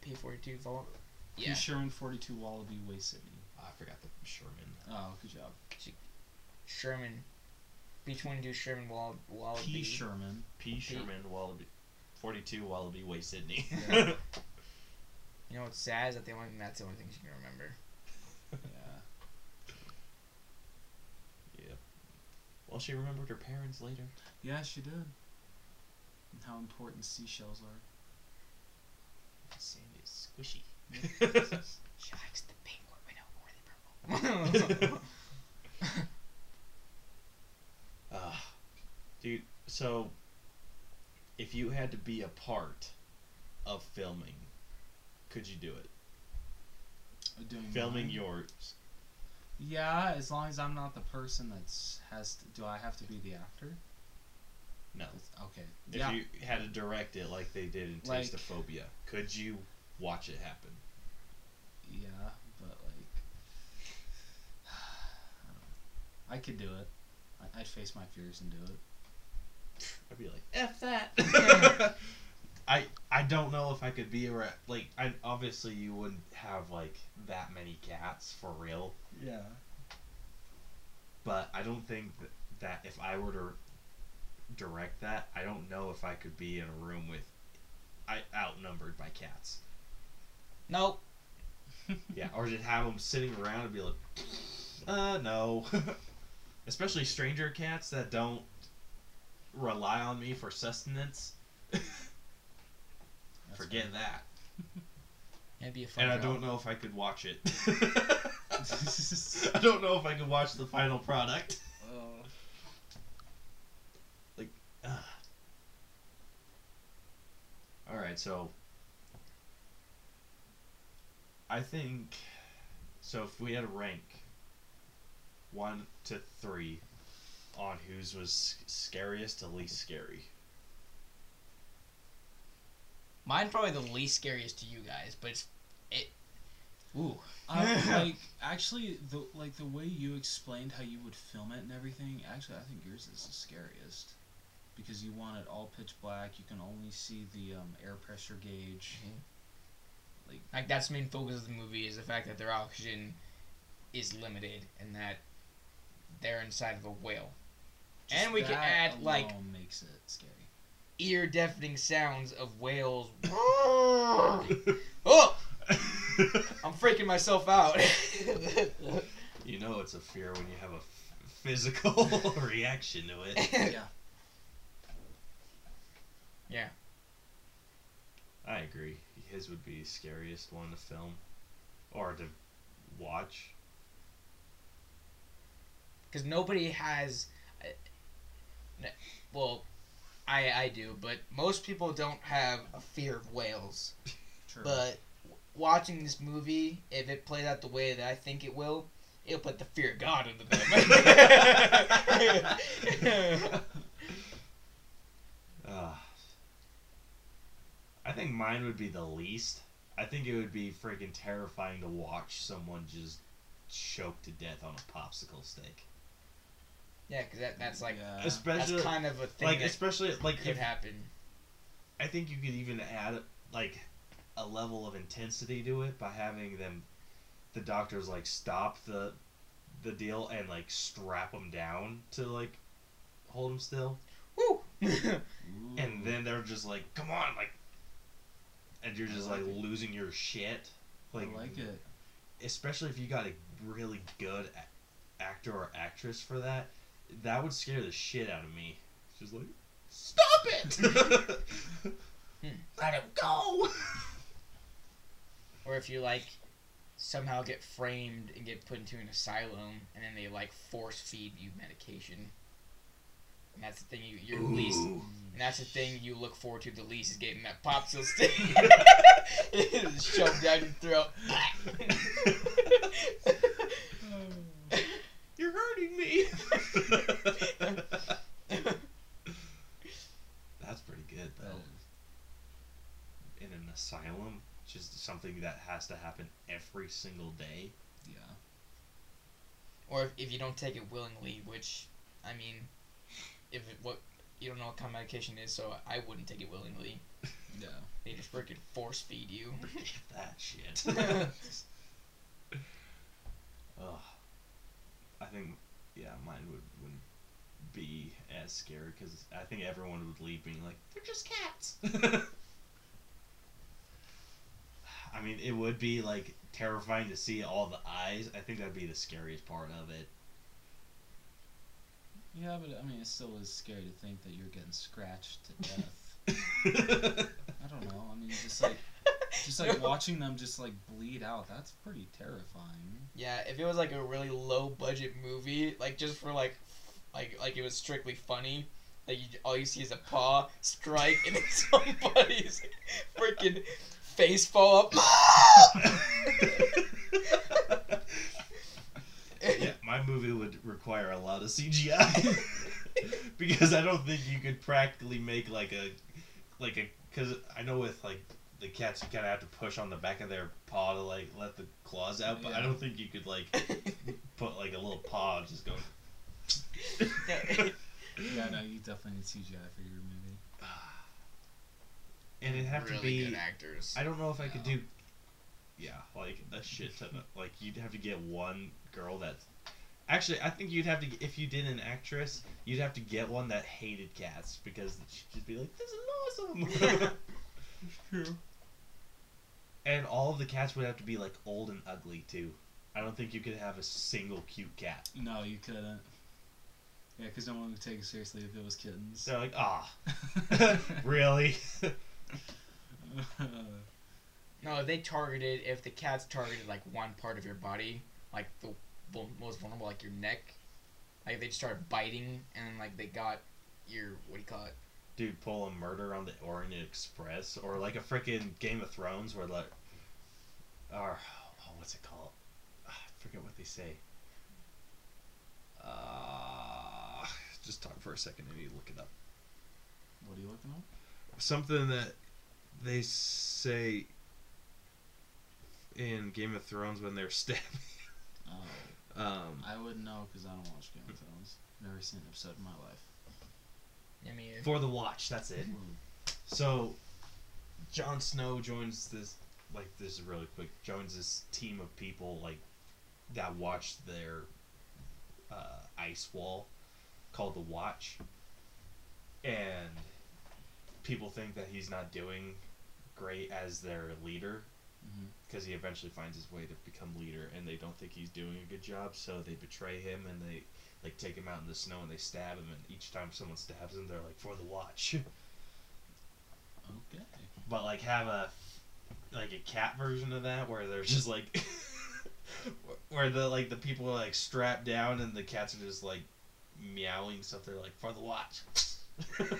P forty two vol.
Yeah.
Yeah.
Sherman 42 Wallaby Way, Sydney.
I forgot the Sherman.
Oh, good job.
Sherman. B twenty two Sherman Wall Wall
P. Sherman.
P Sherman Wallaby forty two Wallaby Way, Sydney.
Yeah.
You know what's sad is that they only that's the only thing you can remember.
Yeah.
well, she remembered her parents later.
Yeah, she did. And how important seashells are.
Sand is squishy.
She likes the pink women over the purple.
Ah, dude, so if you had to be a part of filming, could you do it?
Uh, Doing
Filming
mine?
yours.
Yeah, as long as I'm not the person that's has. To, do I have to be the actor?
No.
That's, okay.
If
yeah.
you had to direct it like they did in
Like-
Tasteophobia, could you watch it happen?
Yeah, but like, I don't know. I could do it. I, I'd face my fears and do it.
I'd be like, f that. I I don't know if I could be around. Like, I obviously you wouldn't have like that many cats for real.
Yeah.
but I don't think th- that if I were to direct that, I don't know if I could be in a room with I outnumbered by cats.
nope.
Yeah, or just have them sitting around and be like, uh, no. Especially stranger cats that don't rely on me for sustenance. Forget that.
That'd be a fun
And I
job.
don't know if I could watch it. I don't know if I could watch the final product.
Oh.
All right, so I think so. If we had a rank one to three on whose was scariest to least scary,
Mine's probably the least scariest to you guys, but it's it. Ooh.
I, like actually the like the way you explained how you would film it and everything. Actually, I think yours is the scariest because you want it all pitch black. You can only see the um, air pressure gauge.
Like that's the main focus of the movie is the fact that their oxygen is limited and that they're inside of a whale.
Just
And we can
that
add, like-
alone makes it scary.
Ear deafening sounds of whales. oh, I'm freaking myself out.
you know it's a fear when you have a f- physical reaction to it.
yeah.
I agree. His would be scariest one to film or to watch.
because nobody has. uh, n- Well, I I do, but most people don't have a fear of whales.
True.
But w- watching this movie, if it plays out the way that I think it will, it'll put the fear of God into
Ah.
them.
Uh, I think mine would be the least. I think it would be freaking terrifying to watch someone just choke to death on a popsicle stick.
yeah, because that, that's like
Yeah.
especially
Uh, that's kind of a thing
like
that
especially like
could
if,
happen.
I think you could even add like a level of intensity to it by having them the doctors like stop the the deal and like strap them down to like hold them still
Woo!
Ooh.
and then they're just like come on like and you're
I
just
like
like
it.
losing your shit like,
I like it.
especially if you got a really good a- actor or actress for that that would scare the shit out of me she's like stop it
Hmm.
let him go
or if you like somehow get framed and get put into an asylum and then they like force feed you medication and that's the thing you, you're least and
Mm,
that's the thing you look forward to the least is getting that popsicle stick shoved down your throat
You're hurting me. That's pretty good
That
though.
is-
In an asylum, just something that has to happen every single day.
yeah.
or if, if you don't take it willingly which i mean if it, what you don't know what kind of medication it is so i wouldn't take it willingly
Yeah.
they just freaking force feed you
that shit. Ugh. I think, yeah, mine would wouldn't be as scary because I think everyone would leave being like, they're just cats. I mean, it would be like terrifying to see all the eyes. I think that'd be the scariest part of it.
Yeah, but I mean, it still is scary to think that you're getting scratched to death. I don't know. I mean, just like, just like watching them just like bleed out. That's pretty terrifying.
Yeah, if it was like a really low budget movie, like just for like, like like it was strictly funny, like you, all you see is a paw strike and then somebody's freaking face fall up.
yeah, my movie would require a lot of CGI because I don't think you could practically make like a like a because I know with like the cats you kind of have to push on the back of their paw to like let the claws out, but I
Yeah.
don't think you could like put like a little paw just going.
Yeah, no, you definitely need CGI for your movie.
and it'd have
really
to be
good actors.
I don't know if I could
Yeah.
do. Yeah, like a shit ton. Of, like you'd have to get one girl that. Actually, I think you'd have to if you did an actress, you'd have to get one that hated cats because she'd just be like, "This is awesome."
True.
and all of the cats would have to be like old and ugly too. I don't think you could have a single cute cat.
No, you couldn't. Yeah, because no one would take it seriously if it was kittens.
So like, ah, really?
No, they targeted if the cats targeted like one part of your body, like the vul- most vulnerable, like your neck, like they just started biting and like they got your what do you call it?
Dude, pull a murder on the Orient Express or like a freaking Game of Thrones where like, or oh, what's it called? Ah, I forget what they say. Uh, just talk for a second and you look it up.
what are you looking up?
Something that they say in Game of Thrones when they're stabbing.
Oh,
Um,
I wouldn't know because I don't watch Game of Thrones. Never seen an episode in my life.
I mean,
for the watch, that's it. So, Jon Snow joins this, like, this is really quick, joins this team of people, like, that watch their uh, ice wall called the Watch. And people think that he's not doing great as their leader
Mhm.
because he eventually finds his way to become leader and they don't think he's doing a good job so they betray him and they like take him out in the snow and they stab him and each time someone stabs him they're like for the watch
Okay.
but like have a like a cat version of that where they're just like where the like the people are like strapped down and the cats are just like meowing stuff. They're like for the watch, and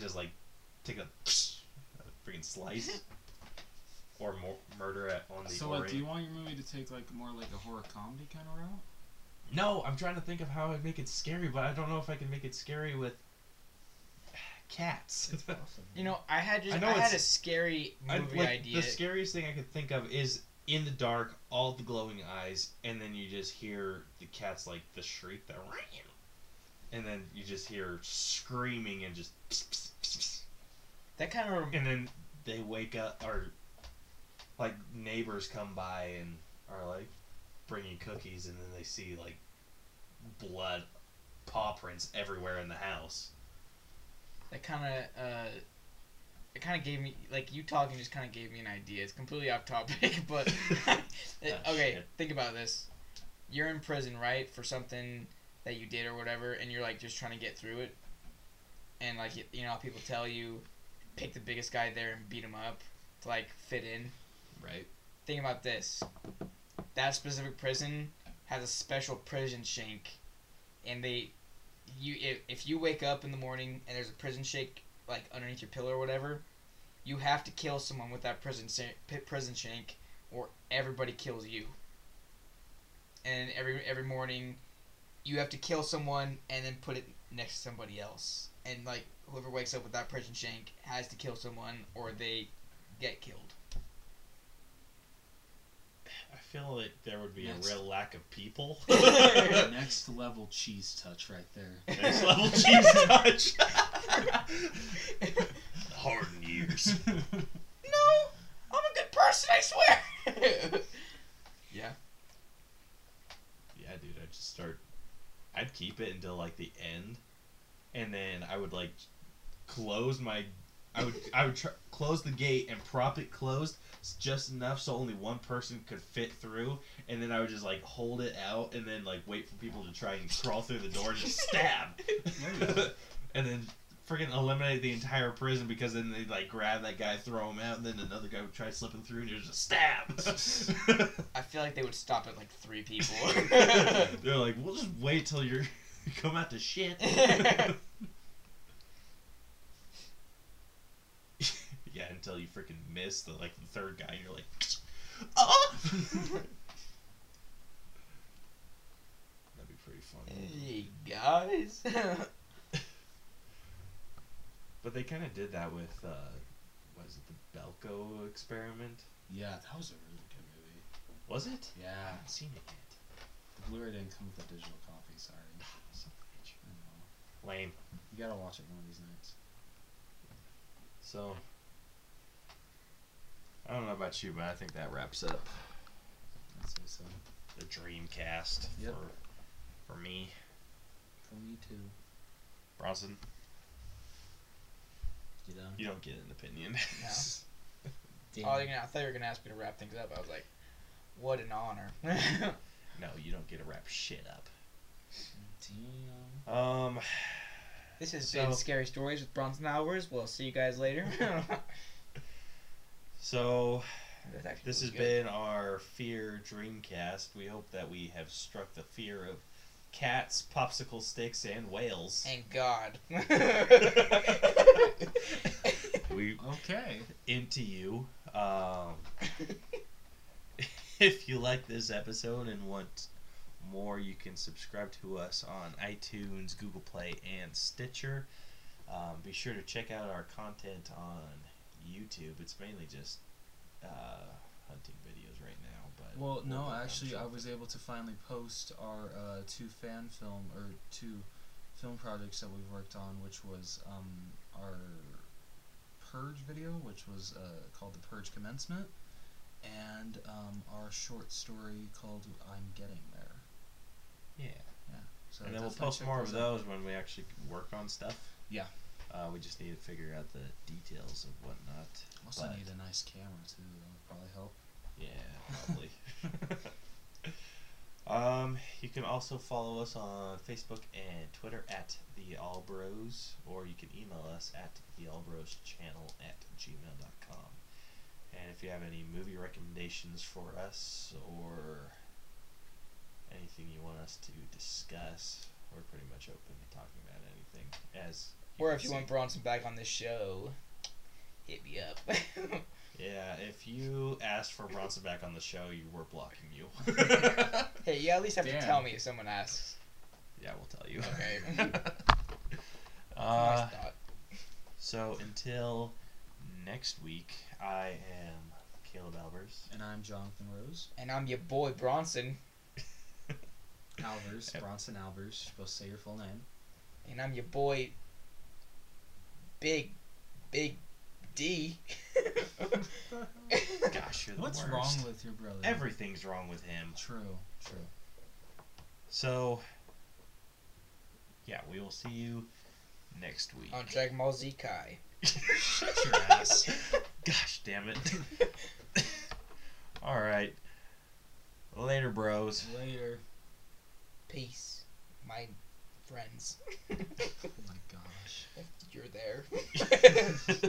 just like take a, a freaking slice or mor- murder at on the.
So like, do
Orient.
you want your movie to take like more like a horror comedy kind of route?
No, I'm trying to think of how I'd make it scary, but I don't know if I can make it scary with cats.
You know, I had just
I
I,
know
had
it's-
a scary
I-
movie
like,
idea.
The scariest thing I could think of is in the dark, all the glowing eyes, and then you just hear the cats like the shriek that and then you just hear screaming and just
that kind of
and then they wake up or like neighbors come by and are like bringing cookies and then they see like blood paw prints everywhere in the house.
that kind of uh, it kind of gave me like you talking just kind of gave me an idea. It's completely off topic, but
Ah,
okay,
shit.
think about this. You're in prison, right, for something that you did or whatever, and you're like just trying to get through it. And like y- you know, how people tell you pick the biggest guy there and beat him up to like fit in.
Right.
Think about this. That specific prison has a special prison shake, and they, you if, if you wake up in the morning and there's a prison shake like underneath your pillow or whatever, you have to kill someone with that prison sa- pi- prison shank, or everybody kills you. And every every morning, you have to kill someone and then put it next to somebody else, and like whoever wakes up with that prison shank has to kill someone or they get killed.
I feel like there would be
Next.
a real lack of people.
Next level cheese touch right there.
Next level cheese touch. Harden years.
No, I'm a good person, I swear. yeah.
Yeah, dude, I'd just start. I'd keep it until like the end, and then I would like close my. I would I would tr- close the gate and prop it closed s- just enough so only one person could fit through, and then I would just like hold it out and then like wait for people to try and crawl through the door and just stab, and then freaking eliminate the entire prison because then they like grab that guy, throw him out, and then another guy would try slipping through and you're just stab.
I feel like they would stop at like three people.
They're like, we'll just wait till you're you come out to shit. yeah, until you freaking miss the like the third guy, and you're like, oh. That'd be pretty funny.
hey guys. Oh,
But they kind of did that with uh, what is it, the Belko experiment?
Yeah, that was a really good movie.
Was it? I
Yeah,
haven't seen it yet.
the Blu-ray didn't come with the digital copy. Sorry.
Son of a bitch.
I know.
Lame.
You gotta watch it one of these nights.
So. I don't know about you, but I think that wraps up.
I'd say so.
the Dreamcast
Yep.
for for me,
For me too.
Bronson.
You know.
You don't get an opinion.
No.
Damn.
Oh, you're gonna, I thought you were gonna ask me to wrap things up. I was like, what an honor.
no, you don't get to wrap shit up.
Damn.
Um,
this has
So-
been scary stories with Bronson Hours. We'll see you guys later.
so
That's actually
this has
really good.
been our fear Dreamcast. We hope that we have struck the fear of cats, popsicle sticks, and whales.
Thank God.
we
Okay.
into you. Um, if you like this episode and want more, you can subscribe to us on iTunes, Google Play, and Stitcher. Um, be sure to check out our content on YouTube. It's mainly just uh, hunting videos right now, but
Well, no,
we'll- I'm
actually,
sure-
I was able to finally post our uh, two fan film or two film projects that we've worked on, which was um, our Purge video, which was uh, called The Purge Commencement, and um, our short story called I'm Getting There.
yeah.
So
and then we'll
definitely
post
check
more of
out.
those when we actually work on stuff.
Yeah.
Uh, we just need to figure out the details of whatnot.
Also
but-
need a nice camera too. That would probably help.
Yeah, probably. um, you can also follow us on Facebook and Twitter at the All Bros, or you can email us at the All Bros Channel at gmail.com. And if you have any movie recommendations for us or anything you want us to discuss, we're pretty much open to talking about anything. As
Or if you
can
want
see.
Bronson back on the show, hit me up.
yeah, if you asked for Bronson back on the show, you were blocking you.
hey, you at least have
Damn.
to tell me if someone asks.
yeah, we'll tell you.
Okay.
uh,
nice thought.
so until next week, I am Caleb Albers.
And I'm Jonathan Rose.
And I'm your boy Bronson,
Alvers,
Yep.
Bronson Alvers. You're supposed to say your full name.
and I'm your boy Big Big D.
Gosh, you're the
What's
worst.
wrong with your brother?
Everything's wrong with him.
True, true.
So, yeah, we will see you next week.
on Dragon Ball Z Kai.
Shut your ass. Gosh damn it. All right. Later, bros.
Later.
Peace, my friends.
Oh my gosh.
You're there.